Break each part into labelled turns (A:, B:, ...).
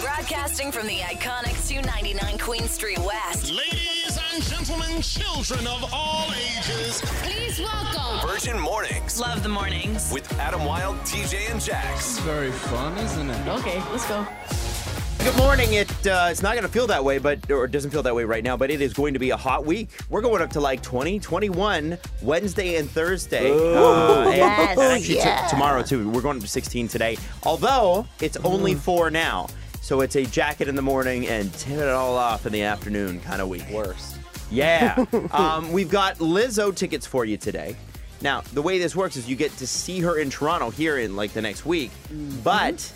A: Broadcasting from the iconic 299 Queen Street West.
B: Ladies and gentlemen, children of all ages,
C: Please welcome
D: Virgin Mornings
A: Love the mornings.
D: with Adam Wilde, TJ, and Jax.
E: very fun, isn't it?
F: Okay, let's go.
G: Good morning. It uh, it's not going to feel that way, but or it doesn't feel that way right now. But it is going to be a hot week. We're going up to like 20, 21 Wednesday and Thursday. Uh, and,
F: Yes,
G: and actually t- tomorrow too. We're going up to 16 today. Although it's only four now, so it's a jacket in the morning and tip it all off in the afternoon kind of week. Worse. Yeah. um, we've got Lizzo tickets for you today. Now the way this works is you get to see her in Toronto here in like the next week, but.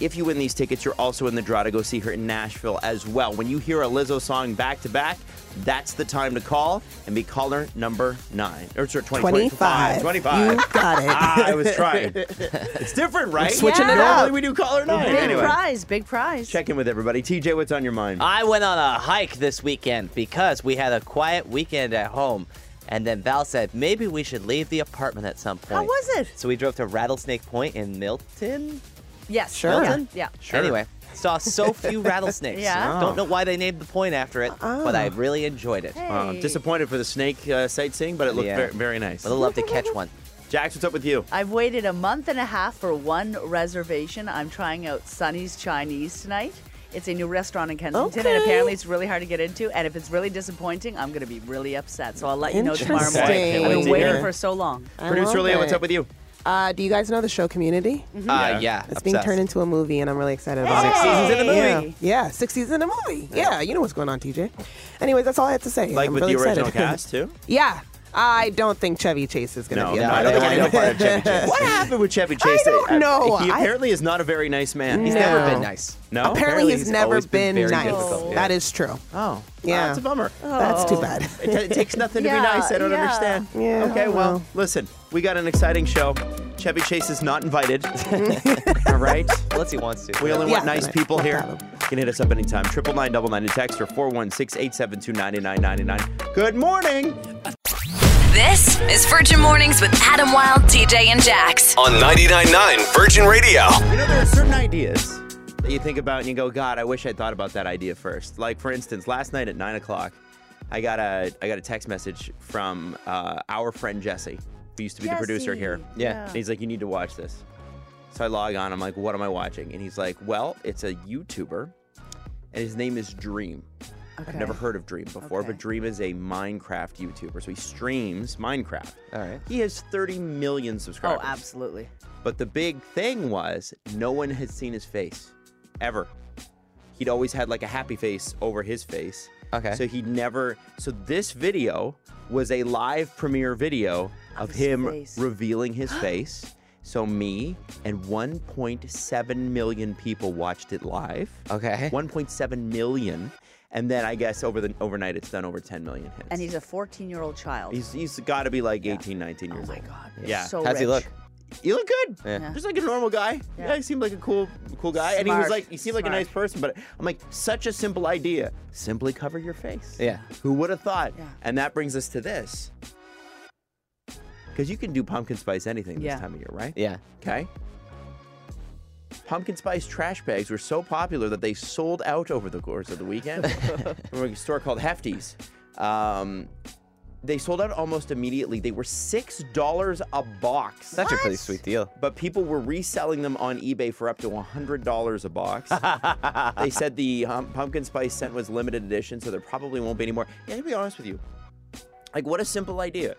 G: If you win these tickets, you're also in the draw to go see her in Nashville as well. When you hear a Lizzo song back to back, that's the time to call and be caller number nine. Or sorry, 20, 25.
H: 25.
G: 25.
H: You got it.
G: ah, I was trying. It's different, right?
H: switching it
G: Normally
H: up.
G: we do caller nine.
F: Big
G: Anyway,
F: prize, big prize.
G: check in with everybody. TJ, what's on your mind?
I: I went on a hike this weekend because we had a quiet weekend at home. And then Val said, maybe we should leave the apartment at some point.
F: How was it?
I: So we drove to Rattlesnake Point in Milton.
F: Yes.
H: Sure.
F: Yeah. yeah.
I: Sure. Anyway, saw so few rattlesnakes.
F: Yeah. Oh.
I: Don't know why they named the point after it, but I really enjoyed it.
G: Uh,
F: Hey.
G: disappointed for the snake uh, sightseeing, but it looked
I: Yeah.
G: very, very nice.
I: Would have loved to catch one.
G: Jax, what's up with you?
F: I've waited a month and a half for one reservation. I'm trying out Sunny's Chinese tonight. It's a new restaurant in Kensington, and
H: Okay.
F: apparently it's really hard to get into. And if it's really disappointing, I'm going to be really upset. So I'll let you know tomorrow
H: Interesting.
G: Okay,
F: morning.
G: can't
F: I've
G: wait
F: been
G: to
F: waiting
G: hear. Oh,
F: for so long.
H: I
G: Producer
H: love
G: Leah, what's
H: it.
G: up with you?
H: Uh, do you guys know the show Community?
I: Uh, yeah.
H: It's being
I: obsessed.
H: turned into a movie, and I'm really excited about
F: Six
H: it.
F: seasons in a
H: Yeah,
F: movie.
H: yeah, six seasons in a movie. Yeah, you know what's going on, TJ. Anyways, that's all I had to say.
G: Like
H: I'm
G: with
H: really
G: the original
H: excited.
G: cast, too?
H: Yeah, I don't think Chevy Chase is going to
G: No,
H: be.
G: no,
H: a
G: I don't
H: part of
G: think I
H: it.
G: know part of Chevy Chase. What happened with Chevy Chase?
H: don't know.
G: He
H: I-
G: apparently is not a very nice man.
I: He's
H: No.
I: never been nice.
G: No.
H: Apparently, he's never
I: always been
H: been,
I: very
H: nice.
I: difficult, yeah.
H: That is true.
G: Oh,
H: Yeah.
G: That's a bummer.
H: That's too bad.
G: It, it takes nothing to be
F: Yeah,
G: nice. I don't
F: yeah.
G: understand.
H: Yeah,
G: Okay,
H: oh
G: well,
H: well.
G: listen, we got an exciting show. Chevy Chase is not invited. All right.
I: Unless he wants to.
G: We only want
H: Yeah.
G: nice people
H: No
G: here.
H: problem.
G: You can hit us up anytime. Triple nine double nine to text or 416 872 9999. Good morning.
A: This is Virgin Mornings with Adam Wilde, TJ, and Jax.
D: On 99.9 Virgin Radio.
G: You know, there are certain ideas that you think about and you go, God, I wish I thought about that idea first. Like, for instance, last night at nine o'clock, I got a I got a text message from uh, our friend Jesse, who used to be the producer
F: Jesse,
G: here.
F: yeah.
G: and he's like, you need to watch this. So I log on. I'm like, what am I watching? And he's like, well, it's a YouTuber, and his name is Dream. I've never heard of Dream before,
F: Okay.
G: but Dream is a Minecraft YouTuber. So he streams Minecraft.
I: All right.
G: He has 30 million
F: Oh,
G: subscribers.
F: absolutely.
G: But the big thing was no one had seen his face ever. He'd always had like a happy face over his face.
I: Okay.
G: So he'd never. So this video was a live premiere video of,
F: his
G: him
F: face.
G: revealing his face. So me and 1.7 million people watched it live.
I: Okay.
G: 1.7 million, and then I guess over the overnight it's done over 10 million hits.
F: And he's a 14 year old child.
G: he's, he's got to be like 18, 19
F: oh
G: years
F: my
G: old.
F: God.
G: Yeah.
F: So
I: How's he look?
F: rich.
G: You look good.
I: Yeah.
G: Just like a normal guy. Yeah.
F: Yeah.
G: he seemed like a cool, cool guy. And he was
F: Smart.
G: like, he seemed like a
F: Smart.
G: nice person. But I'm like, such a simple idea. Simply cover your face.
I: Yeah.
G: Who would have thought?
F: Yeah.
G: And that brings us to this. Because you can do pumpkin spice anything
F: Yeah.
G: this time of year, right?
I: Yeah.
G: Okay. Pumpkin spice trash bags were so popular that they sold out over the course of the weekend from a store called Hefties. Um, they sold out almost immediately. They were six dollars a box.
I: Such a pretty sweet deal.
G: but people were reselling them on eBay for up to $100 a box. they said the um, pumpkin spice scent was limited edition, so there probably won't be any more. Yeah, to be honest with you, like what a simple idea.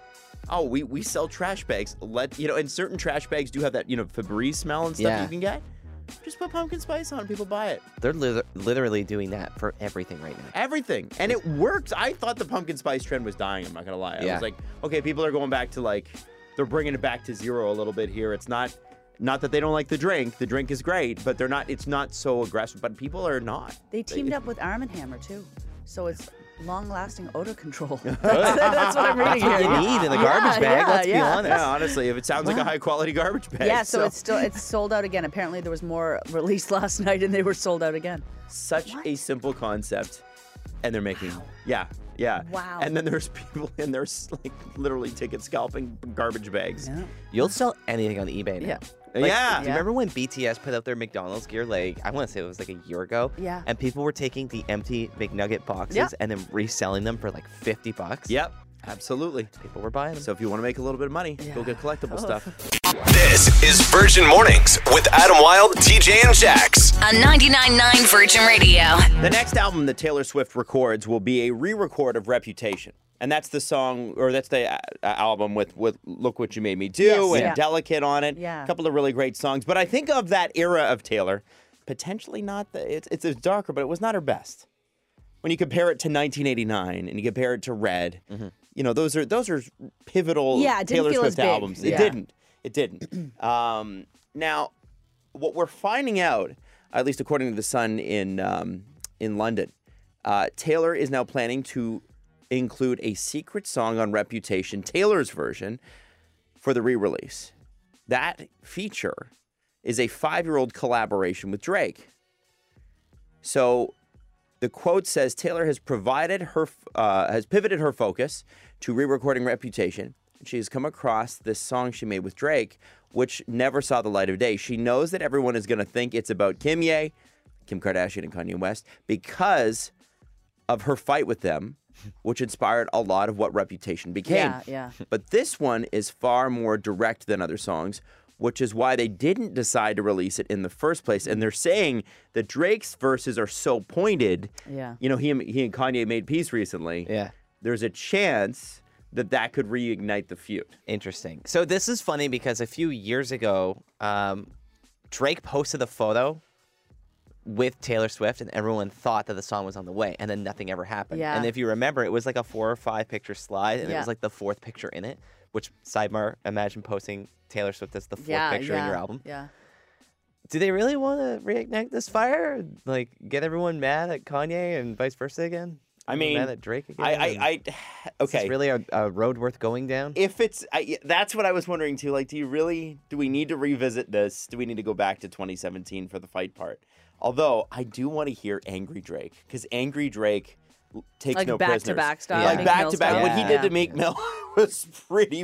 G: Oh, we, we sell trash bags. Let you know, and certain trash bags do have that you know Febreze smell and stuff
I: Yeah.
G: you can get. Just put pumpkin spice on, people buy it.
I: They're li- literally doing that for everything right now.
G: Everything, and it works. I thought the pumpkin spice trend was dying. I'm not gonna lie. I
I: Yeah.
G: was like, okay, people are going back to like, they're bringing it back to zero a little bit here. It's not, not that they don't like the drink. The drink is great, but they're not. It's not so aggressive. But people are not.
F: They teamed up with Arm & Hammer, too. So it's long lasting odor control. That's what I'm reading here.
I: You need in the garbage
F: Yeah,
I: bag.
F: yeah,
I: Let's be
F: yeah.
I: honest.
G: Yeah, honestly, if it sounds like a high quality garbage bag.
F: Yeah, so, it's still it's sold out again. Apparently, there was more released last night, and they were sold out again.
G: such a simple concept and they're making yeah yeah
F: Wow.
G: and then there's people in there's like literally ticket scalping garbage bags
F: Yeah.
I: You'll sell anything on eBay now.
F: Yeah.
I: Like,
G: Yeah.
I: Do you remember when BTS put up their McDonald's gear? Like, I want to say it was like a year ago.
F: Yeah.
I: And people were taking the empty McNugget boxes
F: Yeah.
I: and then reselling them for like 50 bucks.
G: Yep, absolutely.
I: People were buying them.
G: So if you want to make a little bit of money, go get collectible
F: Oh.
G: stuff.
D: This is Virgin Mornings with Adam Wilde, TJ, and Jax.
A: On 99.9 Virgin Radio.
G: The next album that Taylor Swift records will be a re-record of Reputation. And that's the song, or that's the uh, uh, album with, with Look What You Made Me Do
F: Yes.
G: and
F: Yeah.
G: Delicate on it.
F: Yeah.
G: A couple of really great songs. But I think of that era of Taylor, potentially not the, it's, it's, it's darker, but it was not her best. When you compare it to 1989 and you compare it to Red, you know, those are those are pivotal
F: Yeah, it didn't
G: Taylor
F: feel as
G: Swift
F: big.
G: albums. It
F: Yeah.
G: didn't. It didn't. um, now, what we're finding out, at least according to the Sun in um, in London, uh, Taylor is now planning to include a secret song on Reputation, Taylor's version, for the re-release. That feature is a five-year-old collaboration with Drake. So the quote says Taylor has provided her uh, has pivoted her focus to re-recording Reputation. She has come across this song she made with Drake, which never saw the light of day. She knows that everyone is going to think it's about Kim Ye, Kim Kardashian, and Kanye West because of her fight with them, which inspired a lot of what Reputation became.
F: Yeah, yeah.
G: But this one is far more direct than other songs, which is why they didn't decide to release it in the first place. And they're saying that Drake's verses are so pointed.
F: Yeah.
G: You know, he and, he and Kanye made peace recently.
I: Yeah.
G: There's a chance that that could reignite the feud.
I: Interesting. So this is funny because a few years ago, um, Drake posted the photo with Taylor Swift, and everyone thought that the song was on the way, and then nothing ever happened.
F: Yeah.
I: And if you remember, it was like a four or five picture slide, and it
F: Yeah.
I: was like the fourth picture in it. Which sidebar? Imagine posting Taylor Swift as the fourth
F: yeah,
I: picture
F: yeah,
I: in your album.
F: Yeah.
I: Do they really want to reignite this fire? Like get everyone mad at Kanye and vice versa again?
G: I
I: Everyone
G: mean,
I: mad at Drake again.
G: I,
I: And
G: I, I
I: is this
G: okay.
I: really a, a road worth going down?
G: if it's I, that's what I was wondering too. Like, do you really do we need to revisit this? Do we need to go back to 2017 for the fight part? Although I do want to hear Angry Drake because Angry Drake l- takes
F: Like
G: no
F: back to
G: prisoners.
F: back style,
G: like
I: Meek
G: back
F: Mill
G: to back.
F: style.
G: What he did
F: Yeah.
G: to Meek Mill was pretty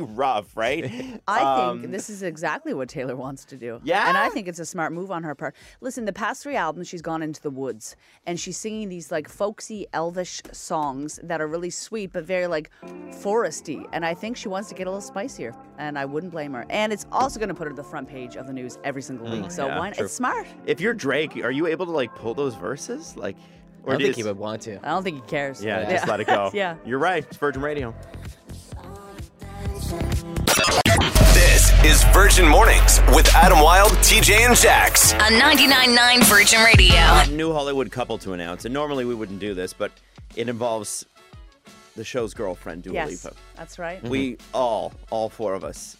G: rough, right?
F: I
G: Um,
F: think this is exactly what Taylor wants to do.
G: Yeah?
F: And I think it's a smart move on her part. Listen, the past three albums, she's gone into the woods and she's singing these like folksy, elvish songs that are really sweet, but very like foresty. And I think she wants to get a little spicier. And I wouldn't blame her. And it's also going to put her to the front page of the news every single week. so
G: yeah,
F: why
G: true.
F: It's smart.
G: If you're Drake, are you able to like pull those verses? Like,
I: I
G: or
I: don't
G: do
I: think
G: you
I: he would want to.
F: I don't think he cares.
G: Yeah, just let it go.
F: Yeah.
G: you're right. It's Virgin Radio.
D: This is Virgin Mornings with Adam Wilde, TJ, and Jax.
A: On 99.9 Virgin Radio.
G: A new Hollywood couple to announce, and normally we wouldn't do this, but it involves the show's girlfriend, Dua
F: Yes.
G: Lipa.
F: That's right.
G: We
I: Mm-hmm.
G: all, all four of us,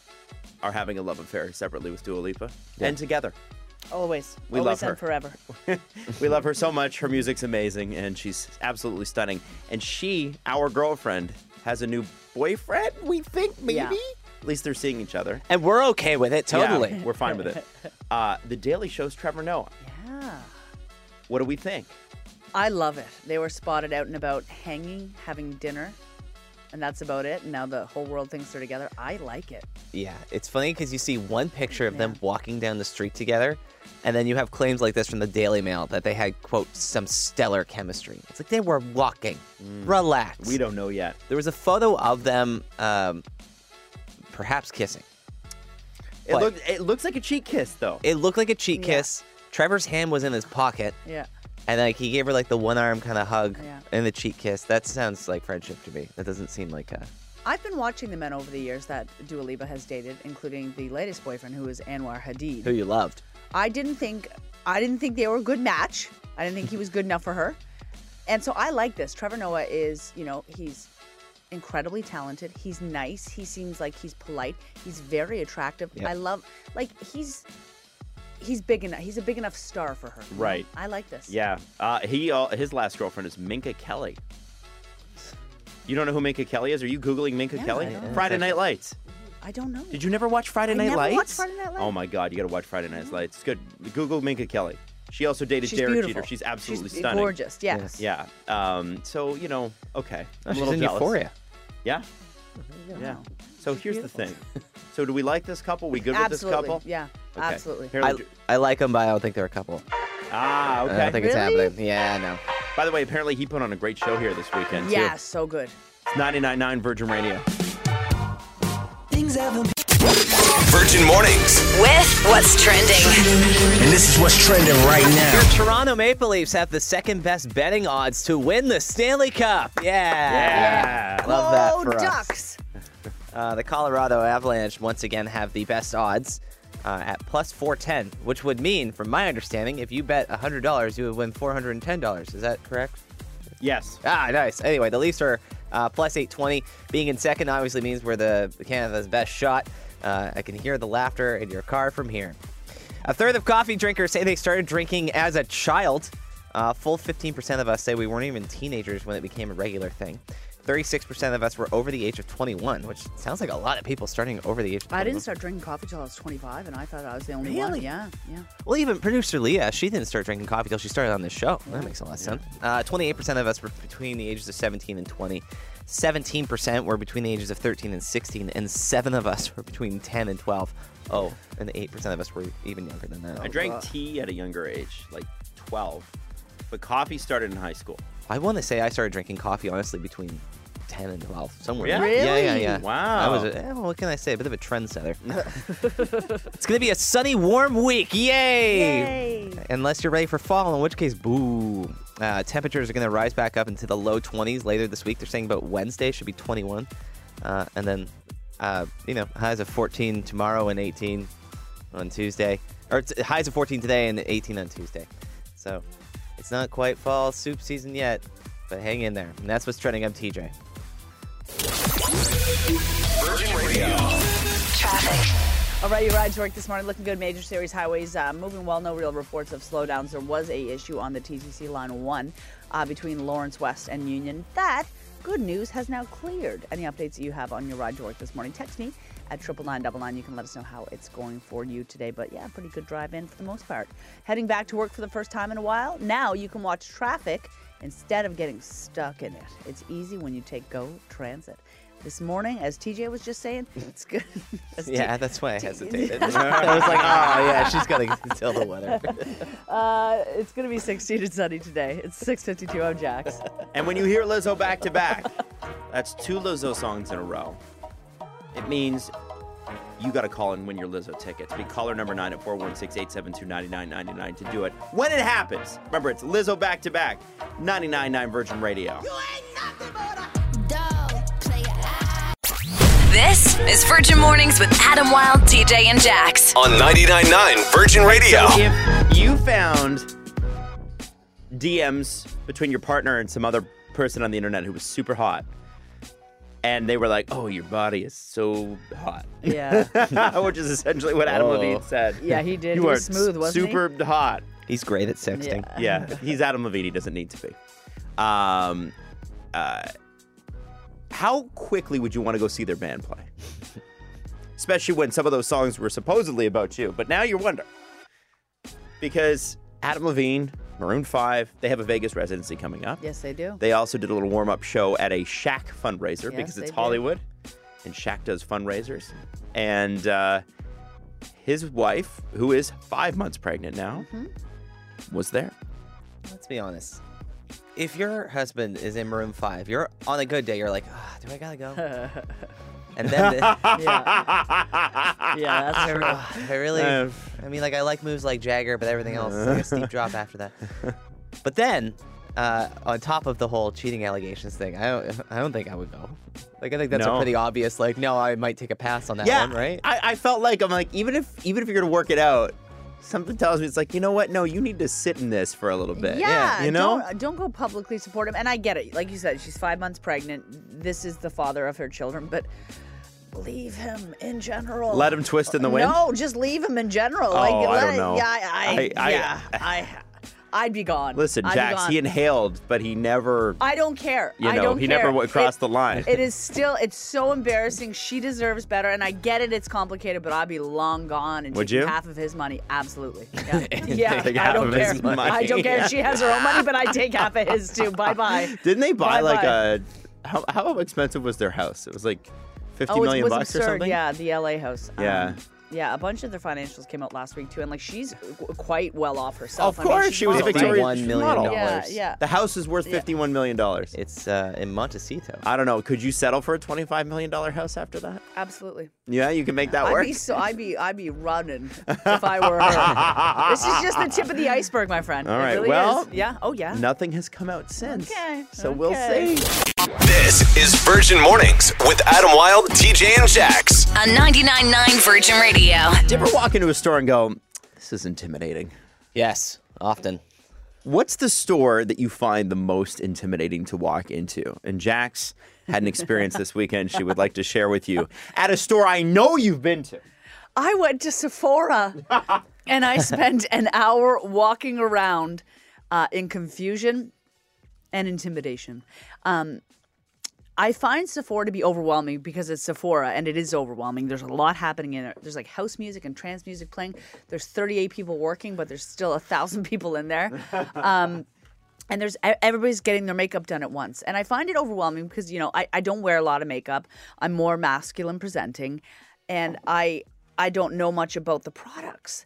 G: are having a love affair separately with Dua Lipa and together.
F: Always.
G: We
F: Always
G: love her.
F: and forever.
G: We love her so much. Her music's amazing, and she's absolutely stunning. And she, our girlfriend, has a new boyfriend. We think maybe.
F: Yeah.
G: At least they're seeing each other.
I: And we're okay with it,
G: Yeah,
I: totally.
G: we're fine with it. Uh, the Daily Show's Trevor Noah.
F: Yeah.
G: What do we think?
F: I love it. They were spotted out and about hanging, having dinner, and that's about it. And now the whole world thinks they're together. I like it.
I: Yeah, it's funny because you see one picture of them walking down the street together, and then you have claims like this from the Daily Mail that they had, quote, some stellar chemistry. It's like they were walking. Relax.
G: We don't know yet.
I: There was a photo of them um, perhaps kissing.
G: It,
I: But-
G: look, it looks like a cheek kiss, though.
I: It looked like a cheek
F: Yeah.
I: kiss. Trevor's hand was in his pocket,
F: Yeah.
I: and like he gave her like the one arm kind of hug
F: Yeah.
I: and the cheek kiss. That sounds like friendship to me. That doesn't seem like uh, a.
F: I've been watching the men over the years that Dua Lipa has dated, including the latest boyfriend, who is Anwar Hadid.
I: Who you loved.
F: I didn't think I didn't think they were a good match. I didn't think he was good enough for her. And so I like this. Trevor Noah is, you know, he's incredibly talented. He's nice. He seems like he's polite. He's very attractive.
I: Yeah.
F: I love like he's he's big enough. He's a big enough star for her. you know?
G: Right.
F: I like this.
G: Yeah. Uh, he uh, his last girlfriend is Minka Kelly. You don't know who Minka Kelly is? Are you googling Minka
F: No,
G: Kelly?
F: I don't.
G: Friday Night Lights.
F: I don't know.
G: Did you never watch Friday
F: I
G: Night
F: never
G: Lights?
F: watched Friday Night Lights. Mm-hmm.
G: Oh my God, you got to watch Friday Night Lights. It's good. Google Minka Kelly. She also dated
F: She's
G: Derek
F: beautiful.
G: Jeter. She's absolutely
F: She's
G: stunning.
F: Gorgeous. Yes.
I: Yes.
G: Yeah. Um, so you know, okay. I'm a
I: she's
G: little
I: in
G: jealous.
I: Euphoria.
G: Yeah.
F: Mm-hmm.
G: Yeah. So here's the thing. So do we like this couple? We good with
F: absolutely.
G: this couple?
F: Yeah,
G: Okay.
F: absolutely.
G: Here,
I: I,
G: do-
I: I like them, but I don't think they're a couple.
G: ah,
I: I don't
G: okay.
I: think it's
F: Really?
I: happening. Yeah, no.
G: By the way, apparently he put on a great show here this weekend. too.
F: Yeah, so good.
G: It's 99.9 Virgin Radio.
D: Virgin Mornings.
A: With what's trending.
C: And this is what's trending right now.
I: Your Toronto Maple Leafs have the second best betting odds to win the Stanley Cup. Yeah.
G: Yeah.
I: Love that
F: oh,
I: for us.
F: ducks.
I: Uh, the Colorado Avalanche once again have the best odds uh, at plus 410, which would mean, from my understanding, if you bet $100, you would win $410. Is that correct?
G: Yes.
I: Ah, nice. Anyway, the Leafs are uh, plus 820. Being in second obviously means we're the Canada's best shot. Uh, I can hear the laughter in your car from here. A third of coffee drinkers say they started drinking as a child. Uh, full 15% of us say we weren't even teenagers when it became a regular thing. 36% of us were over the age of 21, which sounds like a lot of people starting over the age of 21.
F: I didn't start drinking coffee till I was 25, and I thought I was the only one.
I: Really?
F: Yeah, yeah.
I: Well, even producer Leah, she didn't start drinking coffee till she started on this show. That makes a lot of sense. Uh, 28% of us were between the ages of 17 and 20. 17% were between the ages of 13 and 16. And 7 of us were between 10 and 12. Oh, and 8% of us were even younger than that.
G: I drank tea at a younger age, like 12. But coffee started in high school.
I: I want to say I started drinking coffee, honestly, between 10 and 12. Somewhere.
G: Yeah?
I: there. Yeah, yeah, yeah. I
G: Wow.
I: was, a, eh, what can I say? A bit of a trendsetter. it's going to be a sunny, warm week. unless you're ready for fall, in which case, boo. Uh, temperatures are going to rise back up into the low 20s later this week. They're saying about Wednesday should be 21. Uh, and then, uh, you know, highs of 14 tomorrow and 18 on Tuesday. Or it's highs of 14 today and 18 on Tuesday. So it's not quite fall soup season yet, but hang in there. And that's what's trending. I'm TJ.
A: Traffic.
F: All right, your ride to work this morning looking good. Major series highways uh, moving well. No real reports of slowdowns. There was a issue on the TTC line one uh, between Lawrence West and Union. That good news has now cleared. Any updates that you have on your ride to work this morning? Text me at triple nine double nine. You can let us know how it's going for you today. But yeah, pretty good drive in for the most part. Heading back to work for the first time in a while. Now you can watch traffic instead of getting stuck in it. It's easy when you take Go Transit. This morning, as TJ was just saying, it's good. As T-
I: Yeah, that's why I hesitated. I was like, oh, yeah, she's got to tell the weather.
F: Uh, it's gonna be 16 and sunny today. It's 6:52. I'm Jax.
G: And when you hear Lizzo back to back, that's two Lizzo songs in a row. It means you got to call and win your Lizzo tickets. Be caller number nine at 416 872 9999 to do it when it happens. Remember, it's Lizzo back to back, 999 Virgin Radio.
A: This is Virgin Mornings with Adam Wilde, TJ, and Jax.
D: On 99.9 Virgin Radio.
G: If you found DMs between your partner and some other person on the internet who was super hot, and they were like, oh, your body is so hot.
F: Yeah,
G: which is essentially what Adam
I: Oh.
G: Levine said.
F: Yeah, he did.
G: You
F: He
G: are
F: was smooth, wasn't he?
G: super hot.
I: He's great at sexting.
F: Yeah.
G: Yeah, he's Adam Levine. He doesn't need to be. Um, uh, how quickly would you want to go see their band play? Especially when some of those songs were supposedly about you, but now you wonder because Adam Levine, Maroon Five, they have a Vegas residency coming up.
F: yes, they do.
G: They also did a little warm up show at a Shaq fundraiser
F: Yes,
G: because
F: they
G: it's
F: did.
G: Hollywood and Shaq does fundraisers. And uh, his wife, who is five months pregnant now, was there.
I: Let's be honest. If your husband is in Maroon 5, you're on a good day, you're like, ah, do I gotta go? and then, the,
F: yeah, yeah, that's
I: I,
F: her.
I: re- I really,
G: Uh,
I: I mean, like, I like moves like Jagger, but everything else is like a steep drop after that. But then, uh, on top of the whole cheating allegations thing, I don't, I don't think I would go. Like, I think that's
G: No.
I: a pretty obvious, like, no, I might take a pass on that
G: yeah,
I: one, right?
G: I, I felt like I'm like even if even if you're gonna work it out, something tells me it's like you know what? No, you need to sit in this for a little bit.
F: Yeah,
G: you know.
F: Don't, don't go publicly support him. And I get it. Like you said, she's five months pregnant. This is the father of her children, but leave him in general.
G: Let him twist in the wind.
F: No, just leave him in general.
G: Oh,
F: like,
G: I
F: let
G: don't
F: it-
G: know.
F: Yeah, I,
G: I- I-
F: yeah, I, I, would be gone.
G: Listen,
F: I'd be
G: Jax,
F: gone.
G: he inhaled, but he never.
F: I don't care.
G: You
F: I
G: know,
F: don't
G: he
F: care.
G: never wa- crossed the line.
F: It is still, it's so embarrassing. She deserves better, and I get it. It's complicated, but I'd be long gone and
G: Would
F: taking
G: you?
F: half of his money. Absolutely. Yeah, yeah
G: Take
F: I
G: half
F: don't
G: of
F: care.
G: his money.
F: I don't care if she has her own money, but I take half of his too. Bye bye.
G: Didn't they buy like
F: Bye-bye.
G: a how, how expensive was their house? It was like fifty
F: Oh, it
G: million
F: was
G: bucks
F: absurd.
G: or something.
F: Yeah, the LA house. Um,
G: Yeah.
F: yeah, a bunch of their financials came out last week too, and like she's qu- quite well off herself.
G: Of course,
F: I mean,
G: she was a
F: model,
G: Victoria's
I: $51 million
G: model.
F: Yeah,
I: dollars.
F: yeah.
G: The house is worth fifty-one million dollars.
I: It's uh, in Montecito.
G: I don't know. Could you settle for a twenty-five million dollar house after that?
F: Absolutely.
G: Yeah, you can make that
F: I'd
G: work.
F: be so I'd be I'd be running if I were her. this is just the tip of the iceberg, my friend.
G: All
F: It
G: right,
F: really
G: well,
F: is. yeah. Oh yeah.
G: Nothing has come out since.
F: Okay,
G: So we'll
F: okay.
G: see.
D: This is Virgin Mornings with Adam Wilde, TJ, and Jax.
A: On 99.9 Virgin Radio.
G: Did you ever walk into a store and go, "This is intimidating"?
I: Yes, often.
G: What's the store that you find the most intimidating to walk into? And Jax had an experience this weekend she would like to share with you at a store I know you've been to.
F: I went to Sephora and I spent an hour walking around uh, in confusion and intimidation. Um, I find Sephora to be overwhelming because it's Sephora and it is overwhelming. There's a lot happening in it. There's like house music and trance music playing. There's 38 people working, but there's still a thousand people in there. Um, and there's e- everybody's getting their makeup done at once and i find it overwhelming because you know I, I don't wear a lot of makeup i'm more masculine presenting and i i don't know much about the products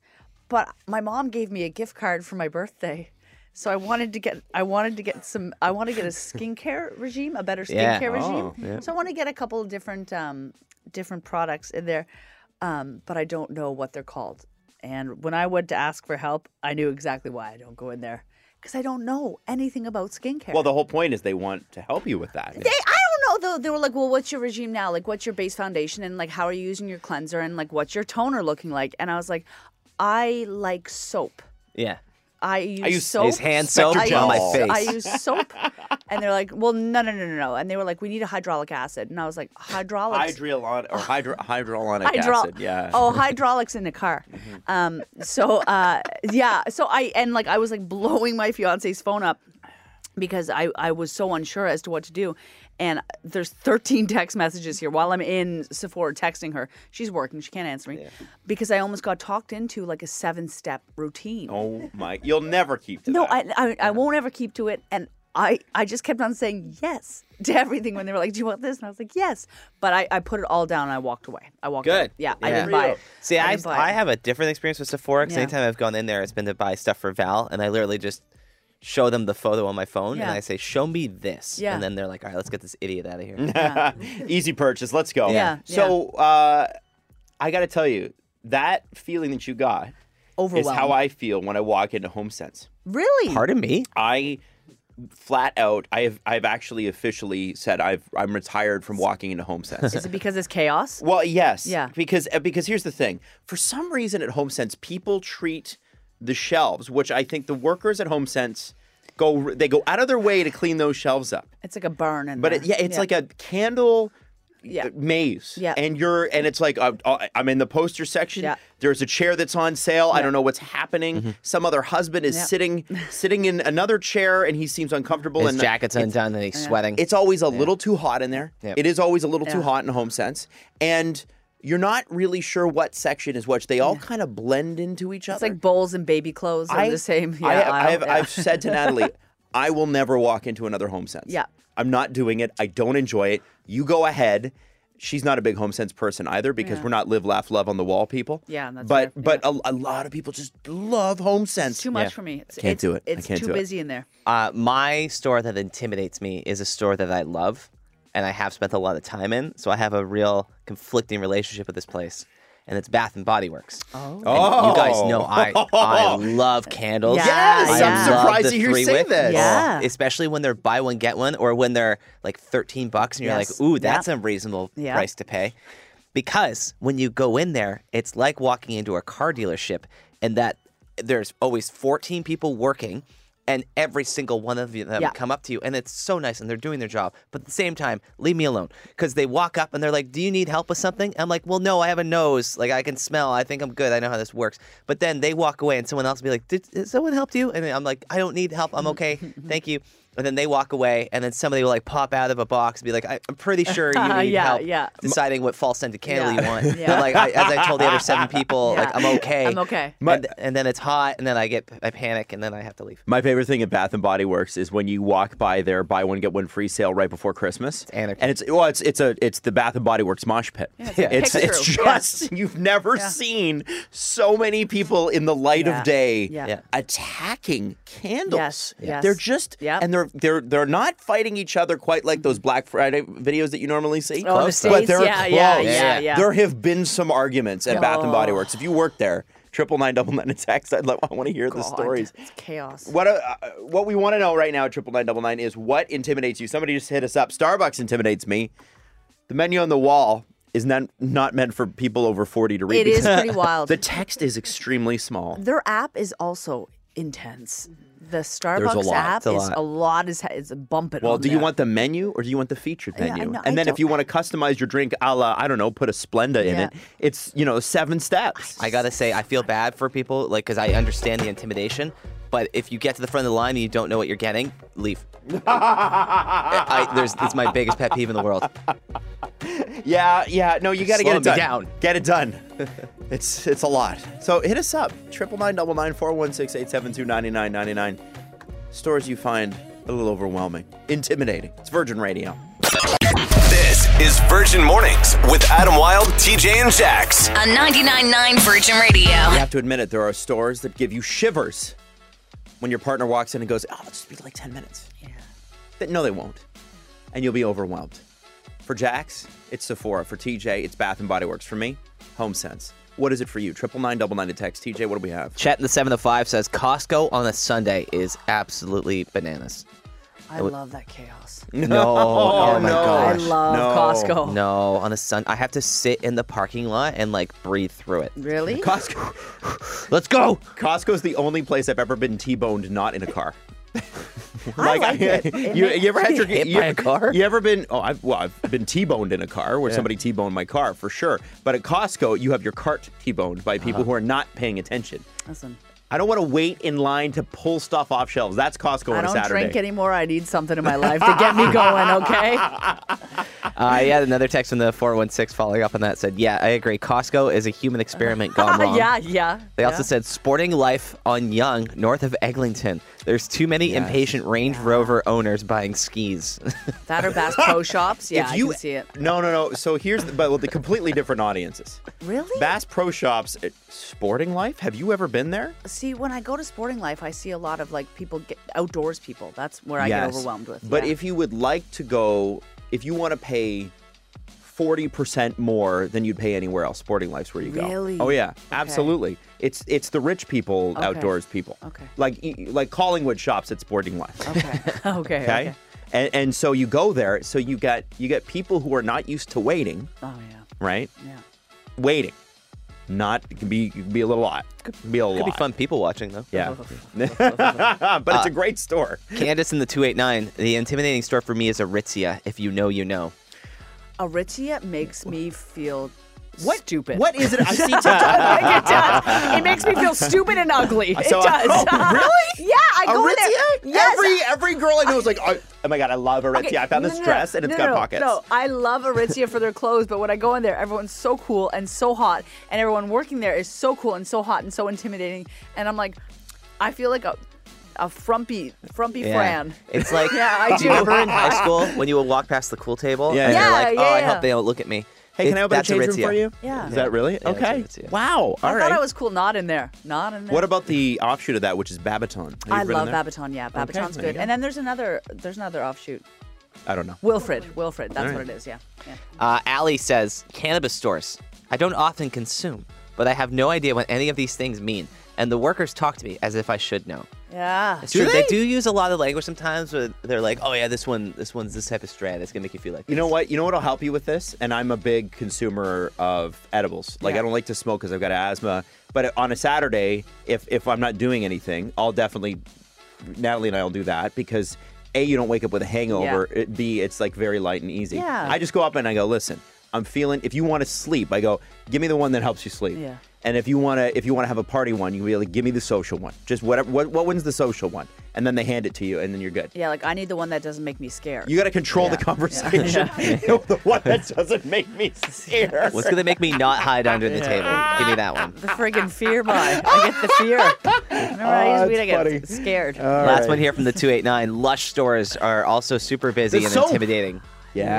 F: but my mom gave me a gift card for my birthday so I wanted to get I wanted to get some I want to get a skincare regime, a better
I: Yeah.
F: skincare regime.
G: Oh, yeah.
F: So I want to get a couple of different um, different products in there, um, but I don't know what they're called. And when I went to ask for help, I knew exactly why I don't go in there because I don't know anything about skincare.
G: Well, the whole point is they want to help you with that.
F: they, I don't know though. They were like, "Well, what's your regime now? Like, what's your base foundation, and like, how are you using your cleanser, and like, what's your toner looking like?" And I was like, "I like soap.
I: Yeah.
F: I use,
G: use-
F: soap.
I: His hand soap
F: I
I: on my
F: use-
I: face.
F: I use soap. and they're like, well, no, no, no, no, no. And they were like, we need a hydraulic acid. And I was like, hydraulics.
G: Hydrolon or hydro- hydrolonic
F: Hydro-
G: acid. Yeah. Mm-hmm.
F: Oh, hydraulics in the car. Um, so uh, yeah. So I and like I was like blowing my fiance's phone up because I I was so unsure as to what to do. And there's 13 text messages here while I'm in Sephora texting her. She's working. She can't answer me because I almost got talked into like a seven step routine.
G: Oh my! You'll never keep to
F: No,
G: that.
F: I, I I won't ever keep to it. And I I just kept on saying yes to everything when they were like, "Do you want this?" And I was like, "Yes," but I, I put it all down and I walked away. I walked.
G: Good.
F: Away. Yeah, I
I: Yeah.
F: didn't buy it.
I: See, I,
F: didn't buy
I: I
F: it.
I: have a different experience with Sephora because
F: Yeah.
I: anytime I've gone in there, it's been to buy stuff for Val, and I literally just show them the photo on my phone
F: Yeah.
I: and I say, "Show me this,"
F: Yeah.
I: and then they're like, "All right, let's get this idiot out of here."
G: Easy purchase. Let's go.
F: Yeah,
G: So uh, I got to tell you, that feeling that you got is
F: Overwhelmed.
G: how I feel when I walk into HomeSense.
F: really.
I: Pardon me.
G: I flat out, I have, I've actually officially said I've, I'm retired from walking into HomeSense.
F: Is it because it's chaos?
G: Well, yes.
F: Yeah.
G: Because uh, because here's the thing. For some reason at HomeSense, people treat the shelves, which I think the workers at HomeSense go they go out of their way to clean those shelves up.
F: It's like a burn. In
G: But
F: there.
G: it, yeah, it's like a candle uh,
F: yeah.
G: maze.
F: Yeah.
G: And you're and it's like uh, uh, I'm in the poster section.
F: Yeah.
G: There's a chair that's on sale. I don't know what's happening. Some other husband is
F: Yeah.
G: sitting sitting in another chair and he seems uncomfortable
I: His
G: and
I: jacket's undone and he's sweating.
G: it's always a little too hot in there.
I: Yep.
G: It is always a little too
F: Yeah.
G: hot in home sense. And you're not really sure what section is which. They all kind of blend into each
F: It's
G: other.
F: like bowls and baby clothes are the same. Yeah,
G: I, have-
F: aisle,
G: I have,
F: yeah.
G: I've said to Natalie, I will never walk into another home sense.
F: Yeah.
G: I'm not doing it. I don't enjoy it. You go ahead. She's not a big home sense person either because
F: Yeah.
G: we're not live, laugh, love on the wall people.
F: Yeah, that's
G: but
F: fair.
G: but a, a lot of people just love home sense.
F: It's too much for me. It's,
G: Can't
F: it's,
G: do it. I
F: It's
G: can't
F: too
G: do it.
F: busy in there.
I: Uh, my store that intimidates me is a store that I love and I have spent a lot of time in. So I have a real conflicting relationship with this place. And it's Bath and Body Works. Oh. you guys know I I love candles.
F: Yes,
I: I
F: I'm
I: love
G: surprised
I: the
G: to hear you
I: three
G: say
I: wick.
G: this.
F: Yeah.
I: Especially when they're buy one get one or when they're like 13 bucks and you're
F: Yes.
I: like, "Ooh,
F: Yeah.
I: that's a reasonable
F: Yeah.
I: price to pay." Because when you go in there, it's like walking into a car dealership and that there's always 14 people working and every single one of them
F: Yeah.
I: come up to you and it's so nice and they're doing their job but at the same time leave me alone because they walk up and they're like do you need help with something i'm like well no i have a nose like i can smell i think i'm good i know how this works but then they walk away and someone else will be like did, did someone help you and i'm like i don't need help i'm okay thank you and then they walk away, and then somebody will like pop out of a box and be like, I, "I'm pretty sure you need
F: Yeah,
I: help
F: yeah.
I: deciding what false scented candle
F: Yeah.
I: you want."
F: Yeah.
I: But like, I, as I told the other seven people,
F: Yeah.
I: like, I'm okay.
F: I'm okay.
I: And, th- and then it's hot, and then I get I panic, and then I have to leave.
G: My favorite thing at Bath and Body Works is when you walk by their buy one get one free sale right before Christmas. It's
I: anarchy.
G: And it's well, it's it's a it's the Bath and Body Works mosh pit.
F: it's a Yeah.
G: It's it's
F: kick-through. Yeah.
G: just you've never seen so many people in the light
F: Yeah.
G: of day
F: Yeah.
I: Yeah.
G: attacking candles.
F: Yes, yes.
G: They're just
F: Yep.
G: and they're they're they're not fighting each other quite like those Black Friday videos that you normally see.
F: Oh, in the
G: but
F: States?
G: they're
F: Yeah,
G: close.
F: yeah, yeah, Oh. yeah.
G: There have been some arguments at Bath and Body Works. If you work there, triple nine double nine attacks. I'd like, I want to hear the
F: God,
G: stories.
F: Oh, It's chaos.
G: What uh, uh, what we want to know right now at triple nine double nine is what intimidates you. Somebody just hit us up. Starbucks intimidates me. The menu on the wall is not not meant for people over forty to read.
F: It is
G: because
F: pretty wild.
G: The text is extremely small.
F: Their app is also intense. The Starbucks
G: lot.
F: app
G: It's a
F: is
G: lot.
F: a lot. Is is bumping.
G: Well,
F: on
G: do you
F: there.
G: want the menu or do you want the featured
F: Yeah, I
G: menu?
F: know, I
G: and then if
F: don't-
G: you want to customize your drink, a la I don't know, put a Splenda in
F: Yeah.
G: it. It's you know seven steps.
I: I gotta say, I feel bad for people, like, because I understand the intimidation. But if you get to the front of the line and you don't know what you're getting, leave. I, I- there's, it's my biggest pet peeve in the world.
G: Yeah, yeah. No, you got to get
I: Slow
G: it
I: me
G: done.
I: down.
G: Get it done. it's it's a lot. So hit us up triple nine double nine four one six eight seven two ninety nine ninety nine. Stores you find a little overwhelming, intimidating. It's Virgin Radio.
D: This is Virgin Mornings with Adam Wilde, TJ, and Jax.
A: On 99.9 Virgin Radio.
G: You have to admit it. There are stores that give you shivers when your partner walks in and goes, "Oh, let's just be like ten minutes." Yeah. But no, they won't, and you'll be overwhelmed. For Jax, it's Sephora. For TJ, it's Bath and Body Works. For me, HomeSense. What is it for you? Triple nine double nine to text. TJ, what do we have?
I: Chet in the 7 to 5 says Costco on a Sunday is absolutely bananas.
F: I love that chaos.
I: No, oh, my
G: no.
F: I
I: gosh.
F: love
G: no.
F: Costco.
I: No, on a sun, I have to sit in the parking lot and like breathe through it.
F: Really?
G: Costco.
I: Let's go.
G: Costco's the only place I've ever been T-boned not in a car.
F: I like it. It
G: you,
F: makes-
G: you ever had your
I: Hit
G: you,
I: by a car?
G: You ever been? Oh, I've well, I've been T-boned in a car where somebody T-boned my car for sure. But at Costco, you have your cart T-boned by people who are not paying attention.
F: Listen,
G: I don't want to wait in line to pull stuff off shelves. That's Costco
F: I
G: on a
F: don't
G: Saturday.
F: drink anymore. I need something in my life to get me going. Okay.
I: Uh, yeah, another text from the 416 following up on that said, Yeah, I agree. Costco is a human experiment gone wrong.
F: yeah, yeah.
I: They
F: yeah.
I: also said sporting life on Young, north of Eglinton. There's too many impatient Range Rover owners buying skis.
F: that are Bass Pro Shops. Yeah,
G: you
F: I can see it.
G: No, no, no. So here's the, but with the completely different audiences.
F: Really?
G: Bass Pro Shops, uh, Sporting Life. Have you ever been there?
F: see, when I go to Sporting Life, I see a lot of like people get outdoors people. That's where I
G: Yes.
F: get overwhelmed with.
G: But
F: yeah.
G: if you would like to go, if you want to pay 40% more than you'd pay anywhere else, Sporting Life's where you go.
F: Really?
G: Oh yeah, absolutely. It's it's the rich people, outdoors people.
F: Okay.
G: Like y- like Collingwood shops at Sporting Life. Okay.
F: okay, okay, okay.
G: And, and so you go there, so you got you got people who are not used to waiting,
F: Oh yeah,
G: right?
F: yeah.
G: Waiting. Not it can be it can be a little lot. It can be a
I: Could
G: lot.
I: be fun people watching, though.
G: Yeah. but it's a great store.
I: Candace in the 289, the intimidating store for me is Aritzia. If you know, you know.
F: Aritzia makes me feel
G: What
F: stupid.
G: What is it? I see
F: it does. It makes me feel stupid and ugly. It
G: So,
F: does.
G: oh, really?
F: Yeah, I go in
G: Aritzia?
F: there. Yes.
G: Every every girl I know is like, oh, oh my god, I love Aritzia.
F: Okay,
G: I found
F: no,
G: this
F: no, no,
G: dress and it's
F: no,
G: got
F: no, no.
G: pockets.
F: No, I love Aritzia for their clothes, but when I go in there, everyone's so cool and so hot, and everyone working there is so cool and so hot and so intimidating, and I'm like, I feel like a a frumpy frumpy Fran.
I: It's like,
F: Yeah, I
I: do
F: do.
I: you remember in high school when you would walk past the cool table
G: Yeah,
I: and
G: yeah.
I: you're like,
F: Yeah,
I: oh, I
F: yeah,
I: hope they
F: yeah.
I: don't look at me?
G: Hey, can
I: It-
G: I open a
I: that's
G: change room
I: Aritzia.
G: for you?
F: Yeah.
G: Is that really?
I: Yeah,
G: okay.
I: that's Aritzia.
G: Wow. All
F: I
G: right.
F: thought I was cool. Not in there. Not in there.
G: what about the offshoot of that, which is Babaton? Have you
F: I
G: been in
F: love
G: there?
F: Babaton. Yeah, Babaton's
G: there you
F: good.
G: go.
F: And then there's another. There's another offshoot.
G: I don't know.
F: Wilfred. Wilfred. That's
G: All
F: what
G: right.
F: it is. Yeah. yeah.
I: Uh, Allie says, cannabis stores. I don't often consume, but I have no idea what any of these things mean. And the workers talk to me as if I should know.
F: Yeah.
I: It's true. They? do use a lot of language sometimes where they're like, oh, yeah, this one, this one's this type of strand. It's going to make you feel like
G: You know what? You know what'll help you with this? And I'm a big consumer of edibles. Like I don't like to smoke because I've got asthma. But on a Saturday, if if I'm not doing anything, I'll definitely Natalie and I will do that because a you don't wake up with a hangover. It- B it's like very light and easy.
F: Yeah.
G: I just go up and I go, listen, I'm feeling. If you want to sleep, I go, give me the one that helps you sleep.
F: Yeah.
G: And if you wanna if you wanna have a party one, you can be like, give me the social one. Just whatever. What what one's the social one? And then they hand it to you, and then you're good.
F: Yeah, like I need the one that doesn't make me scared.
G: You got to control the
F: Yeah.
G: conversation. the one that doesn't make me scared.
I: What's gonna make me not hide under the table? Give me that one.
F: the friggin' fear mind. I get the fear. Remember, I used to be, I get
G: Oh, funny.
F: scared.
I: Last one here from the 289. Lush stores are also super busy
G: They're
I: and
G: so-
I: intimidating.
G: Yeah.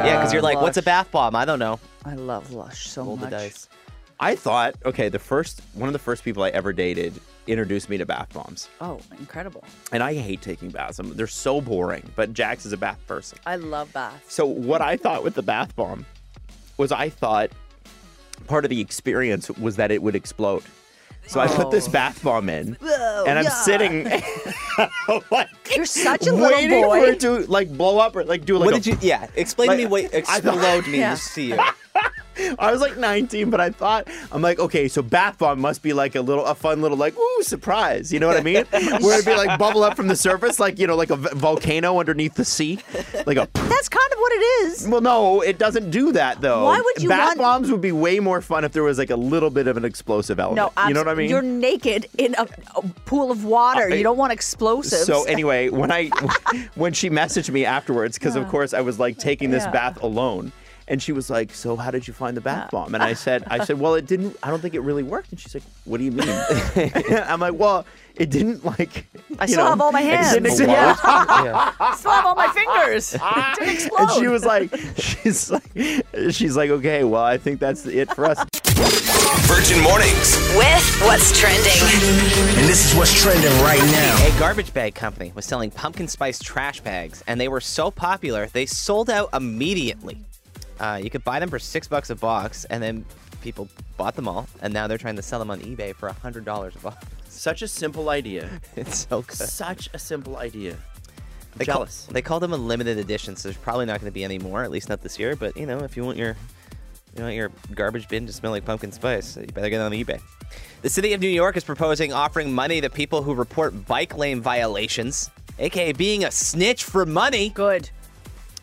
I: Yeah, because you're like, what's a
F: Lush.
I: bath bomb? I don't know.
F: I love Lush so
I: Roll the
F: much.
I: dice.
G: I thought, okay, the first one of the first people I ever dated introduced me to bath bombs,
F: Oh, incredible!
G: and I hate taking baths. I'm- They're so boring. But Jax is a bath person.
F: I love baths.
G: So what I thought with the bath bomb was I thought part of the experience was that it would explode. So I put this
F: Oh.
G: bath bomb in,
F: Whoa,
G: and I'm
F: yeah.
G: sitting like
F: You're such a
G: waiting
F: little
G: for
F: boy.
G: it to like blow up or like do like
I: what
G: a
I: did you? Yeah, explain
G: like,
I: to me what
G: I thought-
I: explode means
F: Yeah.
I: to you.
G: I was like 19, but I thought I'm like, okay, so bath bomb must be like a little, a fun little like, ooh, surprise. You know what I mean? Where it'd be like bubble up from the surface, like you know, like a v- volcano underneath the sea, like a.
F: That's kind of what it is.
G: Well, no, it doesn't do that though.
F: Why would you
G: bath
F: want-
G: bombs would be way more fun if there was like a little bit of an explosive element.
F: No,
G: you know what I
F: abs-
G: mean.
F: You're naked in a, a pool of water.
G: I-
F: you don't want explosives. Ah,
G: So anyway, when I when she messaged me afterwards, because of course I was like taking this
F: Yeah.
G: bath alone, and she was like, "So how did you find the bath bomb?" And I said, "I said, well, it didn't. I don't think it really worked." And she's like, "What do you mean?" I'm like, "Well, it didn't like."
F: I
G: you
F: still
G: know,
F: have all my
G: it
F: hands.
G: didn't explode."
F: Yeah. I still have all my fingers. It didn't
G: Ah. And
F: explode.
G: she was like, "She's like, she's like, okay, well, I think that's it for us."
D: Virgin Mornings
A: With what's trending.
C: And this is what's trending right now.
I: A garbage bag company was selling pumpkin spice trash bags, and they were so popular they sold out immediately. Uh, you could buy them for six bucks a box, and then people bought them all, and now they're trying to sell them on eBay for a hundred dollars a box.
G: Such a simple idea.
I: It's so good.
G: Such a simple idea.
I: They call- they call them a limited edition, so there's probably not going to be any more, at least not this year. But you know, if you want your you want your garbage bin to smell like pumpkin spice, you better get it on eBay. The city of New York is proposing offering money to people who report bike lane violations, aka being a snitch for money.
F: good.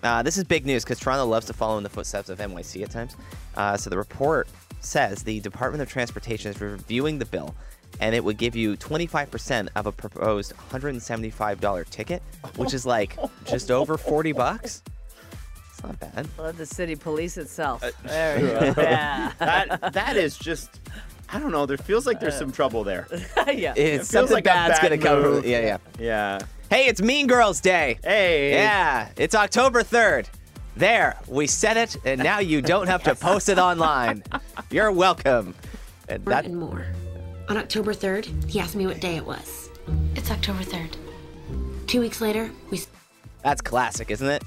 I: Uh, this is big news because Toronto loves to follow in the footsteps of NYC at times. Uh, so the report says the Department of Transportation is reviewing the bill, and it would give you 25% of a proposed $175 ticket, which is like just over 40 bucks. It's not bad.
F: Let the city police itself.
G: Uh,
F: there you go. Yeah.
G: that that is just I don't know. There feels like
F: Uh.
G: there's some trouble there.
F: yeah.
I: It's
G: feels
I: something
G: like a
I: bad's
G: bad
I: gonna come. from-
G: move.
I: Yeah, yeah.
G: Yeah.
I: Hey, it's Mean Girls Day.
G: Hey.
I: Yeah, it's October 3rd. There, we said it, and now you don't have to post it online. You're welcome. And that,
E: and more. On October 3rd, he asked me what day it was. It's October 3rd. Two weeks later, we
I: that's classic, isn't it?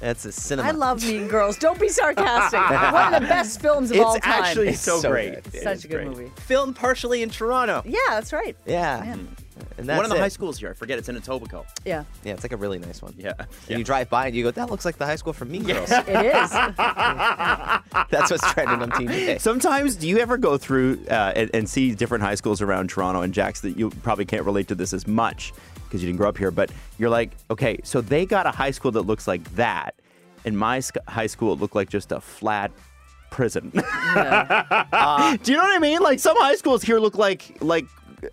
I: That's a cinema.
F: I love Mean Girls. Don't be sarcastic. One of the best films of all
G: It's
F: time.
G: actually
I: It's
G: so,
I: so
G: great.
I: good.
G: It
F: such
G: is
F: a good
G: great.
F: movie.
I: film partially in Toronto.
F: Yeah, that's right.
I: Yeah. Mm. And that's
G: One of the
I: it.
G: high schools here. I forget it's in Etobicoke.
F: Yeah,
I: Yeah, it's like a really nice one.
G: Yeah.
I: And
G: Yeah.
I: you drive by and you go, that looks like the high school from Mean Girls.
F: it is.
I: That's what's trending on TV today.
G: Sometimes, do you ever go through uh, and, and see different high schools around Toronto and Jacks that you probably can't relate to this as much because you didn't grow up here? But you're like, okay, so they got a high school that looks like that, and my sc- high school looked like just a flat prison. do you know what I mean? Like some high schools here look like like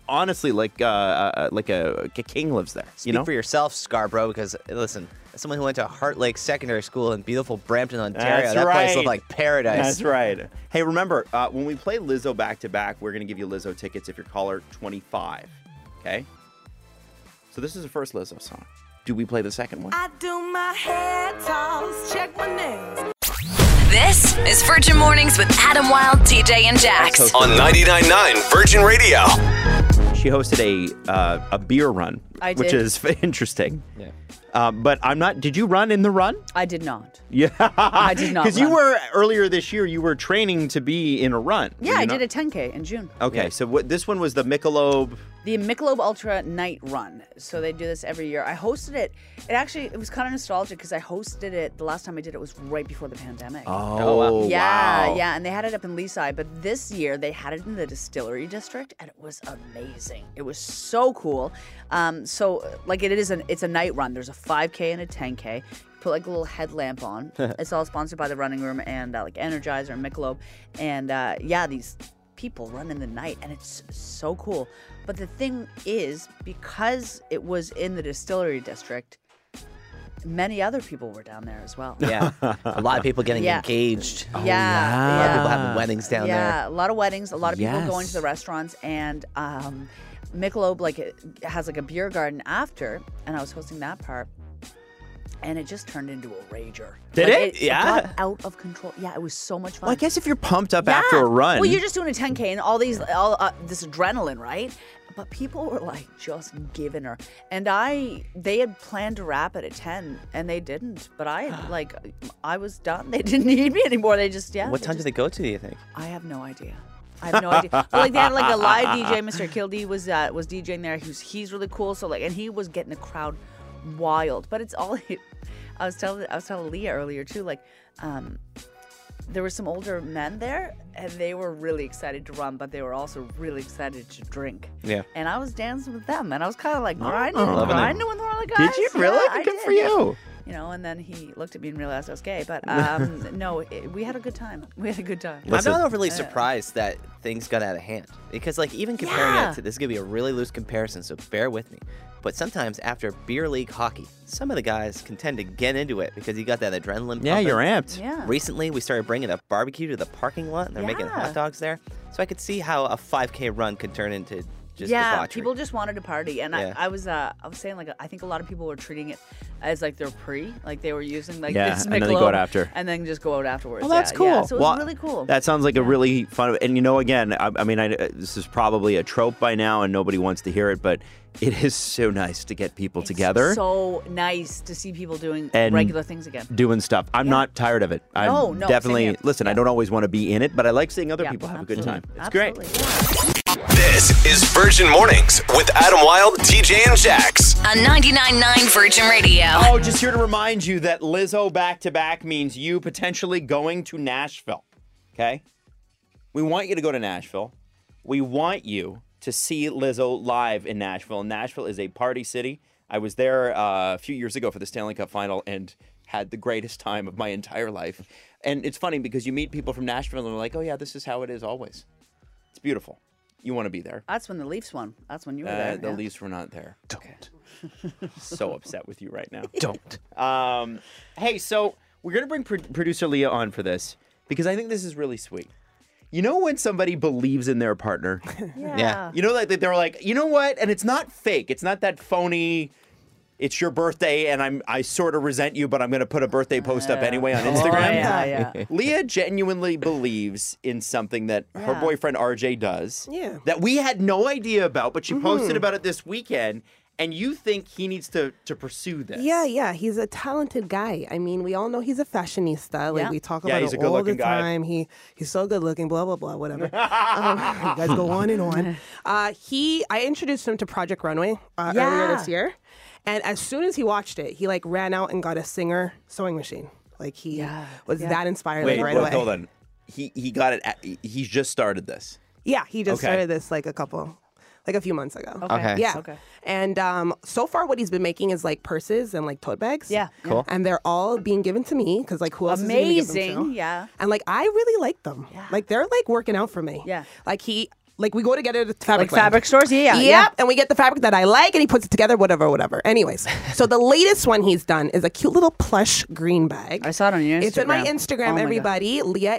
G: honestly like uh, uh like a, a king lives there. you
I: Speak
G: know
I: for yourself, Scarborough, because listen, as someone who went to Heart Lake Secondary School in beautiful Brampton, Ontario,
G: That's
I: that place
G: right.
I: looked like paradise.
G: That's right. Hey, remember, uh, when we play Lizzo back to back, we're going to give you Lizzo tickets if you're caller 25. Okay? So this is the first Lizzo song. Do we play the second one?
J: I do my head toss, check my nails.
A: This is Virgin Mornings with Adam Wilde, TJ, and Jax.
D: on 99.9 Virgin Radio.
G: She hosted a uh, a beer run,
F: I
G: which
F: did.
G: is interesting. Yeah. Um, but I'm not. Did you run in the run?
F: I did not.
G: Yeah. I
F: did not
G: Because Ah, you
F: run.
G: were earlier this year. You were training to be in a run.
F: Yeah, I did a 10K in June.
G: Okay, so what, this one was the Michelob.
F: The Michelob Ultra Night Run. So they do this every year. I hosted it. It actually it was kind of nostalgic because I hosted it the last time I did it was right before the pandemic.
G: Oh,
F: yeah,
G: wow.
F: yeah, and they had it up in Leaside, but this year they had it in the distillery district, and it was amazing. It was so cool. Um, so uh, like it is an it's a night run. There's a 5k and a 10k. Put like a little headlamp on. it's all sponsored by the Running Room and uh, like Energizer and Michelob, and uh, yeah, these people run in the night, and it's so cool. But the thing is, because it was in the distillery district, many other people were down there as well.
I: Yeah. a lot of people getting
F: Yeah.
I: engaged.
G: Oh,
F: Yeah,
I: A lot of
F: yeah.
I: people having weddings down
F: yeah,
I: there.
F: a lot of weddings, a lot of people going
I: Yes.
F: to the restaurants, and um, Michelob like it has like a beer garden after, and I was hosting that part, and it just turned into a rager.
G: Did
F: Like,
G: it? Yeah.
F: got out of control. Yeah, it was so much fun.
G: Well, I guess if you're pumped up
F: Yeah.
G: after a run,
F: Well, you're just doing a 10k and all these, all uh, this adrenaline, right? But people were like just giving her, and I, they had planned to wrap it at 10, and they didn't. But I had like, I was done. They didn't need me anymore. They just yeah.
I: what
F: they
I: time do they go to, do you think?
F: I have no idea. I have no idea. Well, like they had like a live DJ. Mr. Kildee was uh, was DJing there. He's he's really cool. So like, and he was getting the crowd wild. But it's all. I was telling I was telling Leah earlier too. Like, um, there were some older men there, and they were really excited to run, but they were also really excited to drink.
I: Yeah.
F: And I was dancing with them, and I was kind of like grinding,
I: Loving it.
F: grinding with one of the guys.
G: Oh, Did you
F: Yeah,
G: really?
F: I
G: Good
F: did,
G: for
F: yeah
G: you.
F: you know, and then he looked at me and realized I was gay. But um, no, it, we had a good time. We had a good time.
G: Listen-
I: I'm not overly surprised that things got out of hand because, like, even comparing
F: Yeah.
I: it to this is gonna be a really loose comparison, so bear with me. But sometimes after beer league hockey, some of the guys can tend to get into it because you got that adrenaline.
G: yeah,
I: pumping.
G: you're amped.
F: Yeah.
I: Recently, we started bringing a barbecue to the parking lot, and they're making
F: Yeah.
I: hot dogs there. So I could see how a 5K run could turn into just
F: yeah,
I: debauchery.
F: people just wanted to party, and
I: Yeah.
F: I, I was, uh, I was saying like I think a lot of people were treating it as like their pre, like they were using like
G: Yeah,
F: this
G: and then they go out
F: Michelob
G: after.
F: and then just go out afterwards.
G: Well, that's
F: yeah,
G: cool.
F: Yeah. So it was
G: Well,
F: really cool.
G: That sounds like a really fun. And you know, again, I, I mean, I, this is probably a trope by now, and nobody wants to hear it, but it is so nice to get people together
F: so nice to see people doing
G: And-
F: regular things again.
G: doing stuff. I'm not tired of it. I
F: No, no, same
G: definitely
F: here.
G: listen. I don't always want to be in it, but I like seeing other
F: Yeah,
G: people have a good time.
F: absolutely.
G: It's great.
F: Absolutely, yeah.
D: This is Virgin Mornings with Adam Wilde, TJ, and Jax.
A: On 99.9 Virgin Radio.
G: Oh, just here to remind you that Lizzo back to back means you potentially going to Nashville. Okay? We want you to go to Nashville. We want you to see Lizzo live in Nashville. Nashville is a party city. I was there uh, a few years ago for the Stanley Cup final and had the greatest time of my entire life. And it's funny because you meet people from Nashville and they're like, oh, yeah, this is how it is always. It's beautiful. You want to be there.
F: That's when the Leafs won. That's when you were
G: Uh,
F: there.
G: the
F: yeah.
G: Leafs were not there. Don't. so upset with you right now.
I: don't.
G: Um, hey, so we're gonna bring pro- producer Leah on for this because I think this is really sweet. You know when somebody believes in their partner,
F: Yeah.
I: Yeah.
G: you know like that they're like, you know what, and it's not fake. It's not that phony. It's your birthday, and I'm I sort of resent you, but I'm gonna put a birthday post up anyway on
F: Oh,
G: Instagram.
F: yeah, yeah.
G: Leah genuinely believes in something that her
F: Yeah.
G: boyfriend RJ does.
H: Yeah. Mm-hmm.
G: That we had no idea about, but she posted about it this weekend, and you think he needs to to pursue this.
H: Yeah, yeah, he's a talented guy. I mean, we all know he's a fashionista. Like
F: Yeah.
H: we talk
G: Yeah,
H: about
G: he's
H: it
G: a
H: all the
G: good-looking guy.
H: time. He he's so good looking. Blah blah blah. Whatever. um, you guys go on and on. Uh, he, I introduced him to Project Runway uh, earlier
F: Yeah.
H: this year, and as soon as he watched it, he like ran out and got a Singer sewing machine. Like he was that inspired like,
G: Wait,
H: right
G: wait,
H: away.
G: hold on. He he got it. At, he- he's just started this.
H: Yeah, he just
G: Okay.
H: started this like a couple, like a few months ago.
I: Okay.
H: Yeah.
F: Okay.
H: And um, so far, what he's been making is like purses and like tote bags.
F: Yeah.
I: Cool.
H: And they're all being given to me because like who else is he gonna give them
F: Amazing,
H: to?
F: yeah.
H: And like I really like them.
F: Yeah.
H: Like they're like working out for me.
F: Yeah.
H: Like he. Like we go together to fabric
F: Like fabric stores? Yeah, yeah,
H: Yep.
F: yeah.
H: And we get the fabric that I like, and he puts it together, whatever, whatever. Anyways, so the latest one he's done is a cute little plush green bag.
F: I saw it on your
H: It's in my
F: Instagram.
H: Instagram,
F: Oh my God.
H: everybody. Leah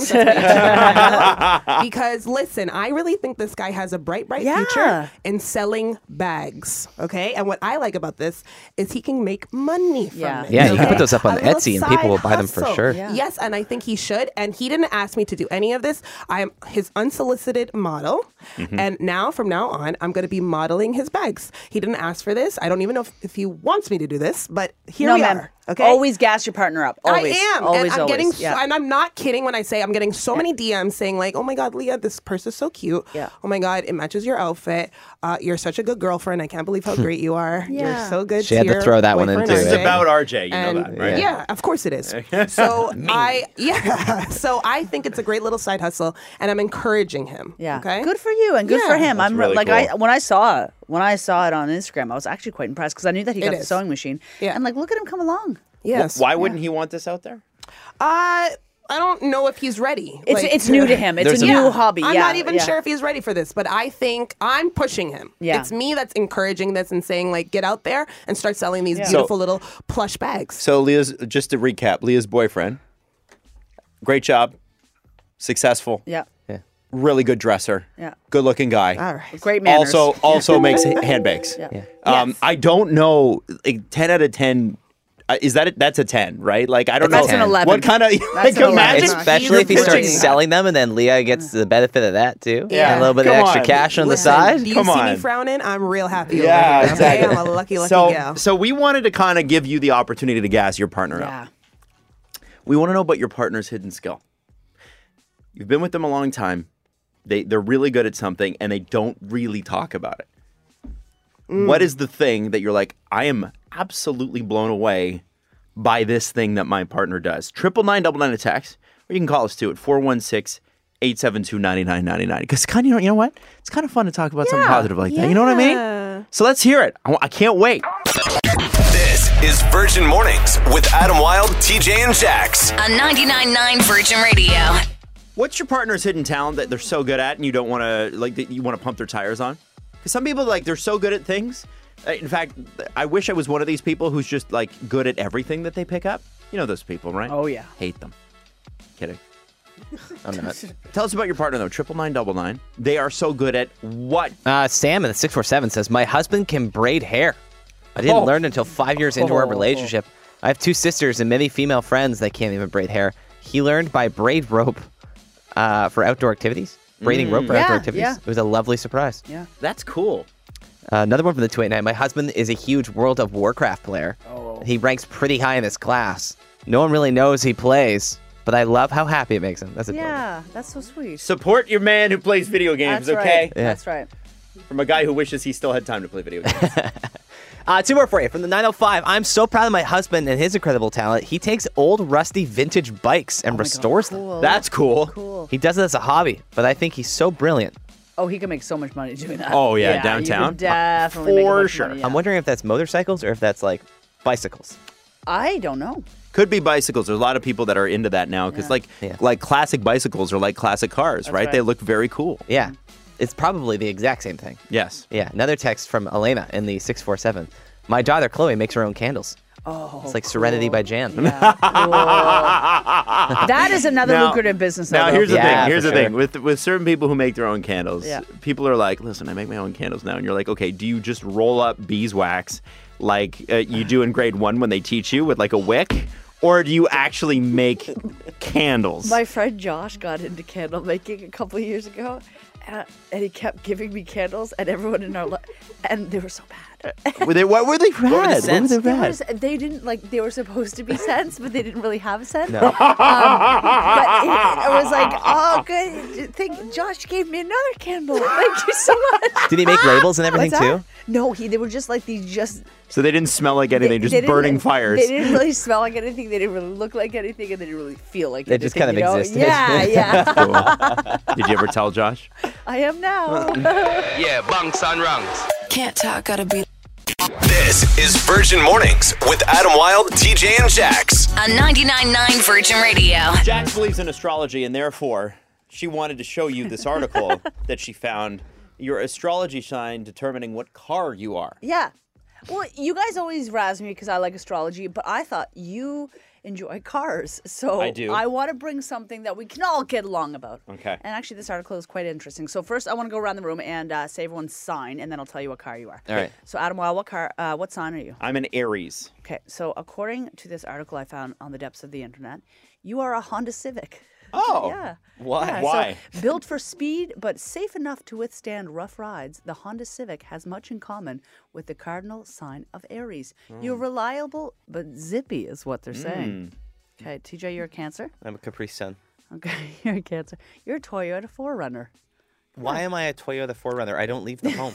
H: That's my Instagram handle. because listen, I really think this guy has a bright, bright
F: Yeah.
H: future in selling bags. Okay, and what I like about this is he can make money from
F: Yeah.
H: it.
I: Yeah, you can
H: okay?
I: put those up on
H: A little
I: Etsy and people will
H: side
I: buy them for
H: hustle.
I: sure.
F: Yeah.
H: Yes, and I think he should. And he didn't ask me to do any of this. I am his unsolicited model,
I: Mm-hmm.
H: and now from now on, I'm going to be modeling his bags. He didn't ask for this. I don't even know if, if he wants me to do this, but here
F: no,
H: we
F: ma'am.
H: are. Okay,
F: Always gas your partner up. Always.
H: I am,
F: Always,
H: and I'm
F: always.
H: getting,
F: yeah.
H: and I'm not kidding when I say I'm getting so many DMs saying like, "Oh my God, Leah, this purse is so cute.
F: Yeah.
H: Oh my God, it matches your outfit. Uh, you're such a good girlfriend. I can't believe how great you are. You're
F: Yeah.
H: so good."
I: She had to
H: your
I: throw that one eh?
H: boyfriend,
I: into
G: This is
I: it.
H: RJ."
G: about RJ. You know
H: And-
G: that, right?
H: Yeah, of course it is. So I, yeah, so I think it's a great little side hustle, and I'm encouraging him.
F: Yeah.
H: Okay.
F: Good for you and good
H: Yeah.
F: for him. I'm
G: really
F: like
G: cool.
F: I when I saw when I saw it on Instagram, I was actually quite impressed because I knew that he got the
H: is.
F: sewing machine.
H: Yeah.
F: And like look at him come along.
H: Yes.
G: Why wouldn't he want this out there?
H: Uh, I don't know if he's ready.
K: It's- it's new to him. It's a There's a- new hobby.
H: I'm
K: Yeah,
H: not even
K: yeah.
H: sure if he's ready for this, but I think I'm pushing him.
K: Yeah.
H: It's me that's encouraging this and saying like, get out there and start selling these
G: Yeah. So-
H: beautiful little plush bags.
G: So Leah's just to recap, Leah's boyfriend. Great job. Successful.
K: Yeah.
I: Yeah.
G: Really good dresser.
K: Yeah.
G: Good looking guy.
H: All right.
K: Great manners.
G: Also also makes handbags.
K: Yeah. Yeah.
G: Um I don't know like 10 out of 10 uh, is that a, that's a 10, right? Like I don't
K: That's
G: know
K: an 11.
G: what kind of like
K: That's an 11.
G: imagine
K: It's-
I: Especially if he
K: He's
I: starts
K: pushing.
I: selling them, and then Leah gets the benefit of that too.
H: Yeah.
I: a little bit of
G: Come
I: extra
G: on.
I: cash on the
H: Listen,
I: side.
H: Do you
G: Come
H: see
G: on.
H: me frowning? I'm real happy.
G: Yeah,
H: over here,
G: exactly.
H: Okay? I'm a lucky, lucky
G: so,
H: gal.
G: So we wanted to kind of give you the opportunity to gas your partner
K: Yeah.
G: up. We want to know about your partner's hidden skill. You've been with them a long time. They they're really good at something and they don't really talk about it. What is the thing that you're like, I am absolutely blown away by this thing that my partner does? Triple nine double nine a text, or you can call us too at 416 872 9999. Because kind of, you know what? It's kind of fun to talk about something positive like that. You know what I mean? So let's hear it. I, wa- I can't wait.
D: This is Virgin Mornings with Adam Wilde, TJ, and Jax.
A: On 99.9 Virgin Radio.
G: What's your partner's hidden talent that they're so good at and you don't want to like that you want to pump their tires on? Because some people like they're so good at things. Uh, In fact, I wish I was one of these people who's just like good at everything that they pick up. You know those people, right?
K: Oh, yeah.
G: hate them. Kidding.
I: I'm not.
G: Tell us about your partner though. Triple nine double nine. They are so good at what?
I: Uh, Sam in the 647 says, My husband can braid hair. I didn't
G: Oh.
I: learn until five years into
K: Oh.
I: our relationship. I have two sisters and many female friends that can't even braid hair. He learned by braid rope uh, for outdoor activities, braiding rope for outdoor
K: Mm. Yeah,
I: activities.
K: yeah.
I: It was a lovely surprise.
K: Yeah.
G: That's cool.
I: Uh, another one from the 289. My husband is a huge World of Warcraft player.
K: Oh,
I: He ranks pretty high in his class. No one really knows he plays, but I love how happy it makes him. That's adorable.
K: Yeah. That's so sweet.
G: Support your man who plays video games,
K: that's
G: okay?
K: right. That's right.
G: From a guy who wishes he still had time to play video games.
I: Uh, two more for you from the 905. I'm so proud of my husband and his incredible talent. He takes old, rusty, vintage bikes and restores them.
G: That's cool.
K: Cool.
I: He does it as a hobby, but I think he's so brilliant.
K: Oh, he can make so much money doing that.
G: Oh, yeah,
K: you
G: downtown?
K: could definitely. make a
G: For
K: bunch of
G: sure.
K: money,
I: I'm
K: yeah.
I: wondering if that's motorcycles or if that's like bicycles.
K: I don't know.
G: could be bicycles. There's a lot of people that are into that now because like
I: Yeah.
G: like classic bicycles are like classic cars, right? They
K: right.
G: look very cool.
I: Yeah, it's probably the exact same thing.
G: Yes.
I: Yeah, another text from Elena in the 647. My daughter Chloe makes her own candles. Oh, it's like Serenity by Jan.
K: Yeah, cool.
G: Ah.
K: that is another
G: Now-
K: lucrative business.
G: Now
K: though.
G: here's the
I: Yeah,
G: thing. Here's
I: for
G: the thing
I: sure.
G: with with certain people who make their own candles.
K: Yeah.
G: People are like, listen, I make my own candles now, and you're like, okay, do you just roll up beeswax like uh, you do in grade one when they teach you with like a wick, or do you actually make candles?
F: My friend Josh got into candle making a couple of years ago, and, and he kept giving me candles, and everyone in our life, and they were so bad.
G: were they, what were they red? What were
I: scents?
G: they
F: They, were
G: red?
F: just- they didn't like they were supposed to be scents, but they didn't really have a scent. Um, but it, it was like, oh, good. Think Josh gave me another candle. Thank you so much.
I: Did he make labels and everything
F: What's
I: too?
F: that? No, he. They were just like these, just
G: so they didn't smell like anything, just
F: didn't-
G: burning fires.
F: They didn't really smell like anything. They didn't really look like anything, and they didn't really feel like
I: They
F: anything.
I: just kind
F: you
I: of
F: know?
I: existed.
F: Yeah, yeah.
G: Cool. Did you ever tell Josh?
F: I am now.
B: Can't talk, gotta be
D: This is Virgin Mornings with Adam Wilde, TJ, and Jax.
A: On 99.9 Virgin Radio.
G: Jax believes in astrology, and therefore, she wanted to show you this article that she found. Your astrology sign determining what car you are.
F: Yeah. Well, you guys always razz me because I like astrology, but I thought you enjoy cars. So
G: I do.
F: want to bring something that we can all get along about.
G: Okay.
F: And actually, this article is quite interesting. So, first, I want to go around the room and uh, say everyone's sign, and then I'll tell you what car you are.
I: All right.
F: So, Adam Weil, what car, uh, what sign are you?
G: I'm an Aries.
F: Okay. So, according to this article I found on the depths of the internet, you are a Honda Civic.
G: Oh,
F: Yeah.
G: Why?
F: Yeah, so
G: Why?
F: built for speed, but safe enough to withstand rough rides, the Honda Civic has much in common with the cardinal sign of Aries.
G: Hmm.
F: You're reliable, but zippy is what they're saying.
G: Hmm.
F: Okay, TJ, you're a Cancer.
I: I'm a Capri Sun.
F: Okay, you're a Cancer. You're a Toyota Forerunner.
I: Why am I a Toyota 4Runner? I don't leave the home.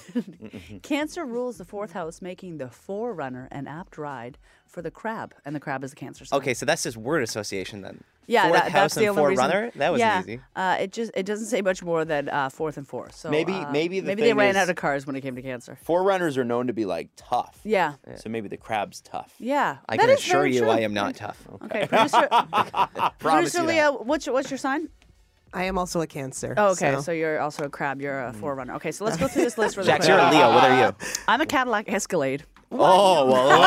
F: Cancer rules the fourth house, making the Forerunner an apt ride for the crab, and the crab is a Cancer sign.
I: okay, so that's just word association then.
F: Yeah,
I: Fourth
F: that,
I: house
F: that's the
I: and
F: only
I: four
F: reason.
I: runner? That was
F: yeah,
I: easy.
F: Uh, it just it doesn't say much more than uh, fourth and four. So
L: Maybe-
F: uh,
L: maybe the
F: maybe they
L: thing
F: ran
L: is-
F: out of cars when it came to cancer.
L: Forerunners are known to be like tough.
F: Yeah.
L: So maybe the crab's tough.
F: Yeah,
L: I
F: that
L: can
F: is
L: assure
F: very
L: you
F: true.
L: I am not tough.
F: Okay, producer,
L: Promise
F: producer
L: you
F: Leah, what's your, what's your sign?
H: I am also a cancer.
F: Oh, okay, so.
H: so
F: you're also a crab. You're
L: Mm.
F: a forerunner. Okay, so let's go through this list really
I: Jax,
F: quick.
I: you're a Leo. What are you?
F: I'm a Cadillac Escalade.
L: Oh, well,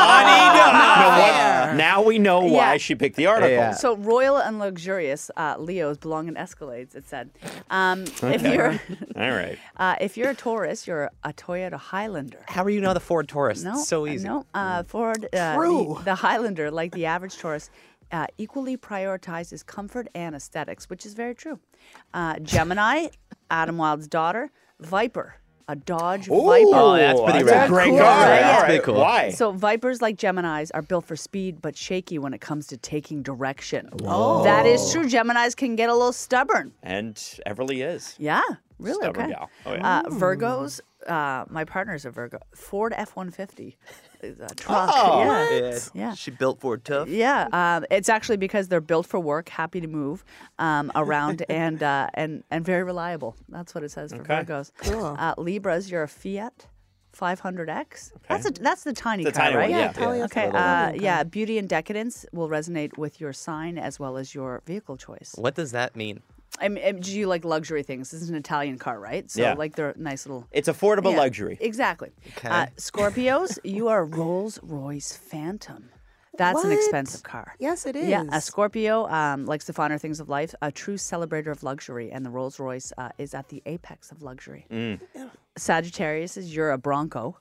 G: Now, we know why
F: Yeah.
G: she picked the article.
I: Yeah.
F: So royal and luxurious uh, Leos belong in Escalades. It said, um, if you're
G: All right.
F: uh, if you're a Taurus, you're a Toyota Highlander.
I: How are you now the Ford Taurus?
F: No,
I: It's so easy.
F: No, uh, Ford. Uh,
H: True.
F: The, the Highlander, like the average Taurus, uh, equally prioritizes comfort and aesthetics, which is very true. Uh, Gemini, Adam Wilde's daughter, Viper, a Dodge
G: Oh,
F: Viper.
I: that's pretty
G: that's
I: rad.
G: a great
I: Cool.
G: car.
I: Yeah, that's
G: All
I: pretty
G: right,
I: cool.
G: Why?
F: So Vipers like Geminis are built for speed but shaky when it comes to taking direction. Oh. That is true. Geminis can get a little stubborn.
G: and Everly is.
F: Yeah, really.
G: Stubborn
F: okay.
G: gal. Oh, yeah.
F: Uh, Virgos. Uh, my partner's a Virgo. Ford F one fifty. Truck.
G: Oh,
F: yeah. Yeah.
I: She built Ford tough.
F: Yeah, um, it's actually because they're built for work, happy to move um, around, and uh, and and very reliable. That's what it says for
G: Okay.
F: Virgos. Uh, Libras, you're a Fiat 500X. That's a, that's the tiny
G: The
F: car,
G: tiny
F: right?
G: one, yeah. Yeah,
H: totally. That's
F: Okay.
H: the little
F: Uh, yeah, beauty and decadence will resonate with your sign as well as your vehicle choice.
I: What does that mean?
F: I mean, and do you like luxury things? This is an Italian car, right? So
G: Yeah.
F: like they're nice little.
G: It's affordable
F: Yeah,
G: luxury.
F: Exactly.
I: Okay.
F: Uh, Scorpios, you are Rolls Royce Phantom. That's an
H: What?
F: expensive car.
H: Yes, it is.
F: Yeah, a Scorpio um, likes the finer things of life, a true celebrator of luxury, and the Rolls Royce uh, is at the apex of luxury.
I: Mm.
F: Sagittarius is you're a Bronco.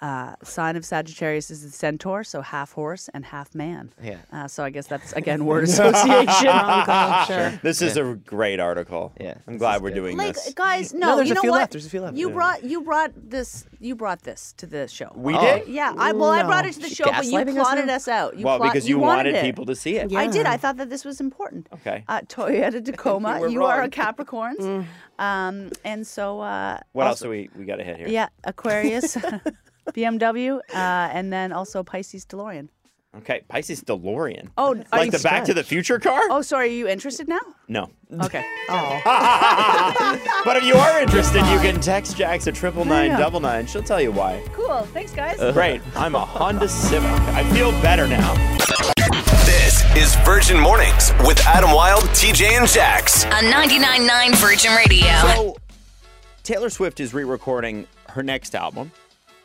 F: Uh, sign of Sagittarius is the centaur, so half horse and half man.
I: Yeah.
F: Uh, so I guess that's again word association.
G: This is a great article.
I: Yeah,
G: I'm
I: this
G: glad
I: is
G: we're
I: good.
G: doing
F: like
G: this.
F: guys, no,
I: No, there's
F: you
I: a
F: know
I: few
F: what?
I: left, there's a few left.
F: You
I: Yeah.
F: brought you brought this you brought this to the show.
G: We did?
F: Oh. Yeah, I well I brought
I: No.
F: it to the
I: She
F: show, but you
I: gaslighting us
F: plotted
I: now?
F: us out. You
G: well,
F: plot-
G: because you, wanted,
F: wanted, it.
G: people to see it.
F: I did. I thought that this was important.
G: Okay.
F: Uh, Toyota Tacoma.
G: were
F: you are a
G: wrong. Mm.
F: Capricorn. um, and so. Uh,
G: What else
F: also-
G: do we, we got to hit here?
F: Yeah, Aquarius, BMW, uh, and then also Pisces DeLorean.
G: Okay. Pisces DeLorean.
F: Oh, are
G: like
F: you
G: the Back to the Future car?
F: Oh, sorry. Are you interested now?
G: No.
F: Okay.
G: But if you are interested, you can text Jax at triple nine double nine. She'll tell you why. Uh,
F: cool. Thanks, guys.
G: Great. I'm a Honda Civic. I feel better now.
D: This is Virgin Mornings with Adam Wilde, TJ, and Jax.
A: On 99.9 Virgin Radio.
G: So Taylor Swift is re-recording her next album,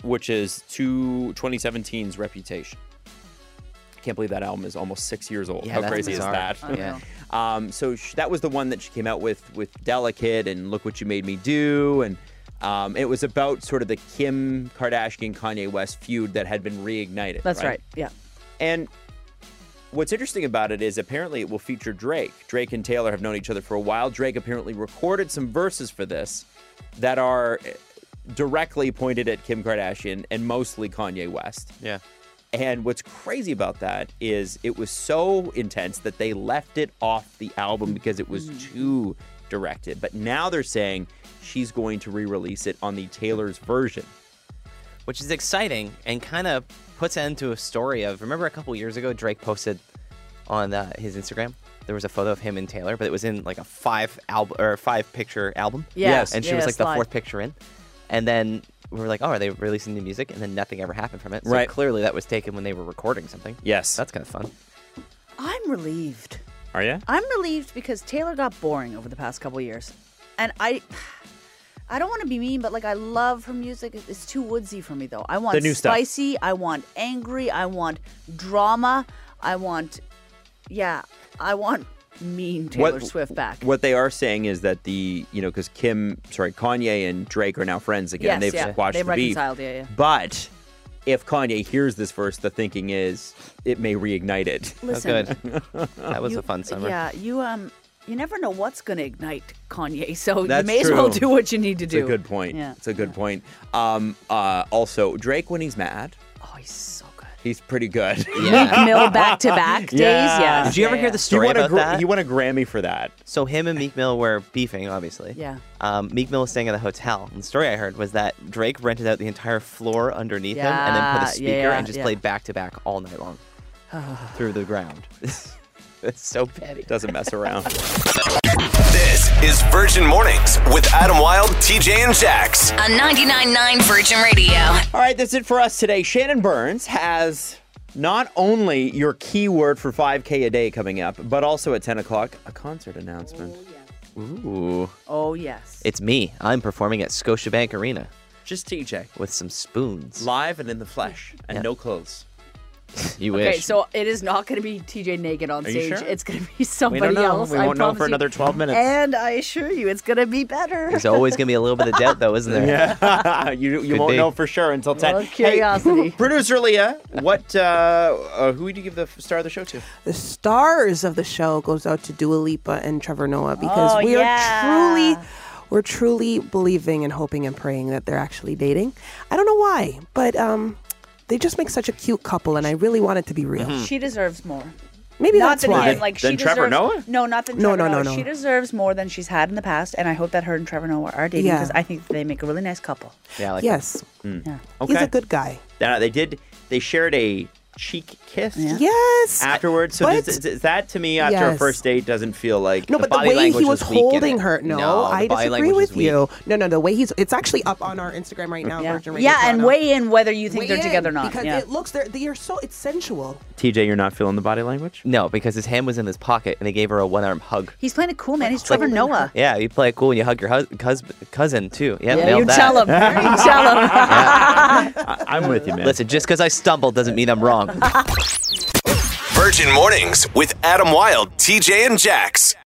G: which is to 2017's Reputation. I can't believe that album is almost six years old. How
I: that's
G: crazy
I: bizarre.
G: is that?
I: Yeah.
G: Um, so sh- that was the one that she came out with with Delicate and Look What You Made Me Do. And um, it was about sort of the Kim Kardashian Kanye West feud that had been reignited.
F: That's right. Yeah.
G: And what's interesting about it is apparently it will feature Drake. Drake and Taylor have known each other for a while. Drake apparently recorded some verses for this that are eh, directly pointed at Kim Kardashian and mostly Kanye West.
I: Yeah.
G: And what's crazy about that is it was so intense that they left it off the album because it was too directed. But now they're saying she's going to re release it on the Taylor's version.
I: Which is exciting and kind of puts an end to a story of remember a couple years ago Drake posted on uh, his Instagram there was a photo of him and Taylor, but it was in like a five album or five picture album.
F: Yeah, Yes.
I: And she
F: yeah,
I: was like the
F: slide.
I: fourth picture in, and then. We were like, oh, are they releasing new music? And then nothing ever happened from it. So
G: Right.
I: clearly that was taken when they were recording something.
G: Yes.
I: That's kind of fun.
F: I'm relieved.
G: Are you?
F: I'm relieved because Taylor got boring over the past couple years, and I, I don't want to be mean, but like I love her music. It's too woodsy for me though. I want
G: The new stuff.
F: spicy. I want angry. I want drama. I want, yeah, I want mean Taylor Swift back.
G: What they are saying is that the you know because Kim, sorry, Kanye and Drake are now friends again.
F: Yes,
G: They've
F: yeah.
G: squashed
F: They
G: the beef.
F: reconciled, yeah, yeah.
G: But if Kanye hears this verse, the thinking is it may reignite it.
F: Listen,
I: Good. that was
F: you-
I: a fun summer.
F: Yeah, you um, you never know what's gonna ignite Kanye, so you
G: That's
F: may as well
G: true.
F: do what you need to do.
G: It's a good point.
F: Yeah.
G: It's a good point. Um, uh, also, Drake when he's mad,
F: Oh, he's so good.
G: he's pretty good.
I: Yeah.
F: Mill back to back days.
G: Yeah.
F: Yes.
I: Did you
F: yeah,
I: ever hear
F: yeah.
I: the
G: you
I: story
G: want a
I: about
G: gra-
I: that?
G: you want a Grammy for that?
I: So him and Meek Mill were beefing, obviously.
F: Yeah.
I: Um, Meek Mill was staying at the hotel. And the story I heard was that Drake rented out the entire floor underneath him and then put
F: Yeah,
I: a speaker
F: yeah,
I: and just
F: yeah.
I: played back to back all night long through the ground. It's so petty.
G: Doesn't mess around.
D: This is Virgin Mornings with Adam Wilde, TJ, and Jax.
A: On 99.9 Virgin Radio.
G: All right, that's it for us today. Shannon Burns has not only your keyword for 5K a day coming up, but also at 10 o'clock, a concert announcement.
I: Ooh.
F: Oh, yes.
I: It's me. I'm performing at Scotiabank Arena
G: Just TJ.
I: with some spoons.
G: Live and in the flesh and no clothes.
I: You
F: Okay,
I: wish.
F: so it is not going to be TJ naked on
G: Are you
F: stage.
G: sure?
F: It's going to be somebody
G: know.
F: else.
G: We
F: I
G: won't know for
F: promise you.
G: another 12 minutes.
F: And I assure you, it's going to be better.
I: There's always going to be a little bit of doubt, though, isn't there?
G: you you
I: Could
G: won't
I: be.
G: know for sure until 10.
F: Well, curiosity.
G: Hey, producer Leah, what, uh, uh, who would you give the f- star of the show to?
H: the stars of the show goes out to Dua Lipa and Trevor Noah because
F: Oh,
H: we
F: yeah.
H: are truly we're truly believing and hoping and praying that they're actually dating. I don't know why, but um they just make such a cute couple and I really want it to be
G: Mm-hmm.
H: real.
F: She deserves more.
H: Maybe
F: not
H: that's
F: than
H: why.
F: him. Like
G: Than
F: she
G: Trevor
F: deserves,
G: Noah?
F: No, not than
H: No,
F: Trevor
H: no, no,
F: Noah.
H: no.
F: She deserves more than she's had in the past, and I hope that her and Trevor Noah are dating
H: Yeah.
F: because I think they make a really nice couple.
I: Yeah, I like
H: yes.
F: Yeah.
G: Okay.
H: He's a good guy.
G: Yeah, they did, they shared a cheek kiss.
H: Yes.
G: Afterwards, so
H: But-
G: does, does that to me after a
H: Yes.
G: first date doesn't feel like
H: No, but the,
I: body
H: way he
I: language
H: was
I: was weak in
H: holding
I: it.
H: her, no,
I: No, the
H: I
I: body
H: disagree
I: language was
H: with you. No, no, the way he's—it's actually up on our Instagram right now.
F: Yeah,
H: Virgin Radio
F: yeah and
H: Toronto.
F: weigh in whether you think
H: Weigh
F: they're
H: in,
F: together or not.
H: because
F: yeah.
H: it looks—they are so—it's sensual.
G: TJ, you're not feeling the body language?
I: No, because his hand was in his pocket and they gave her a one arm hug.
F: He's playing it cool, man. He's Trevor Noah.
I: Yeah, you play it cool and you hug your hus- cous- cousin too. Yeah,
F: Yeah,
I: nailed
F: you
I: that.
F: tell him. You tell him.
G: I- I'm with you, man.
I: Listen, just because I stumbled doesn't mean I'm wrong.
D: Virgin Mornings with Adam Wilde, TJ, and Jax.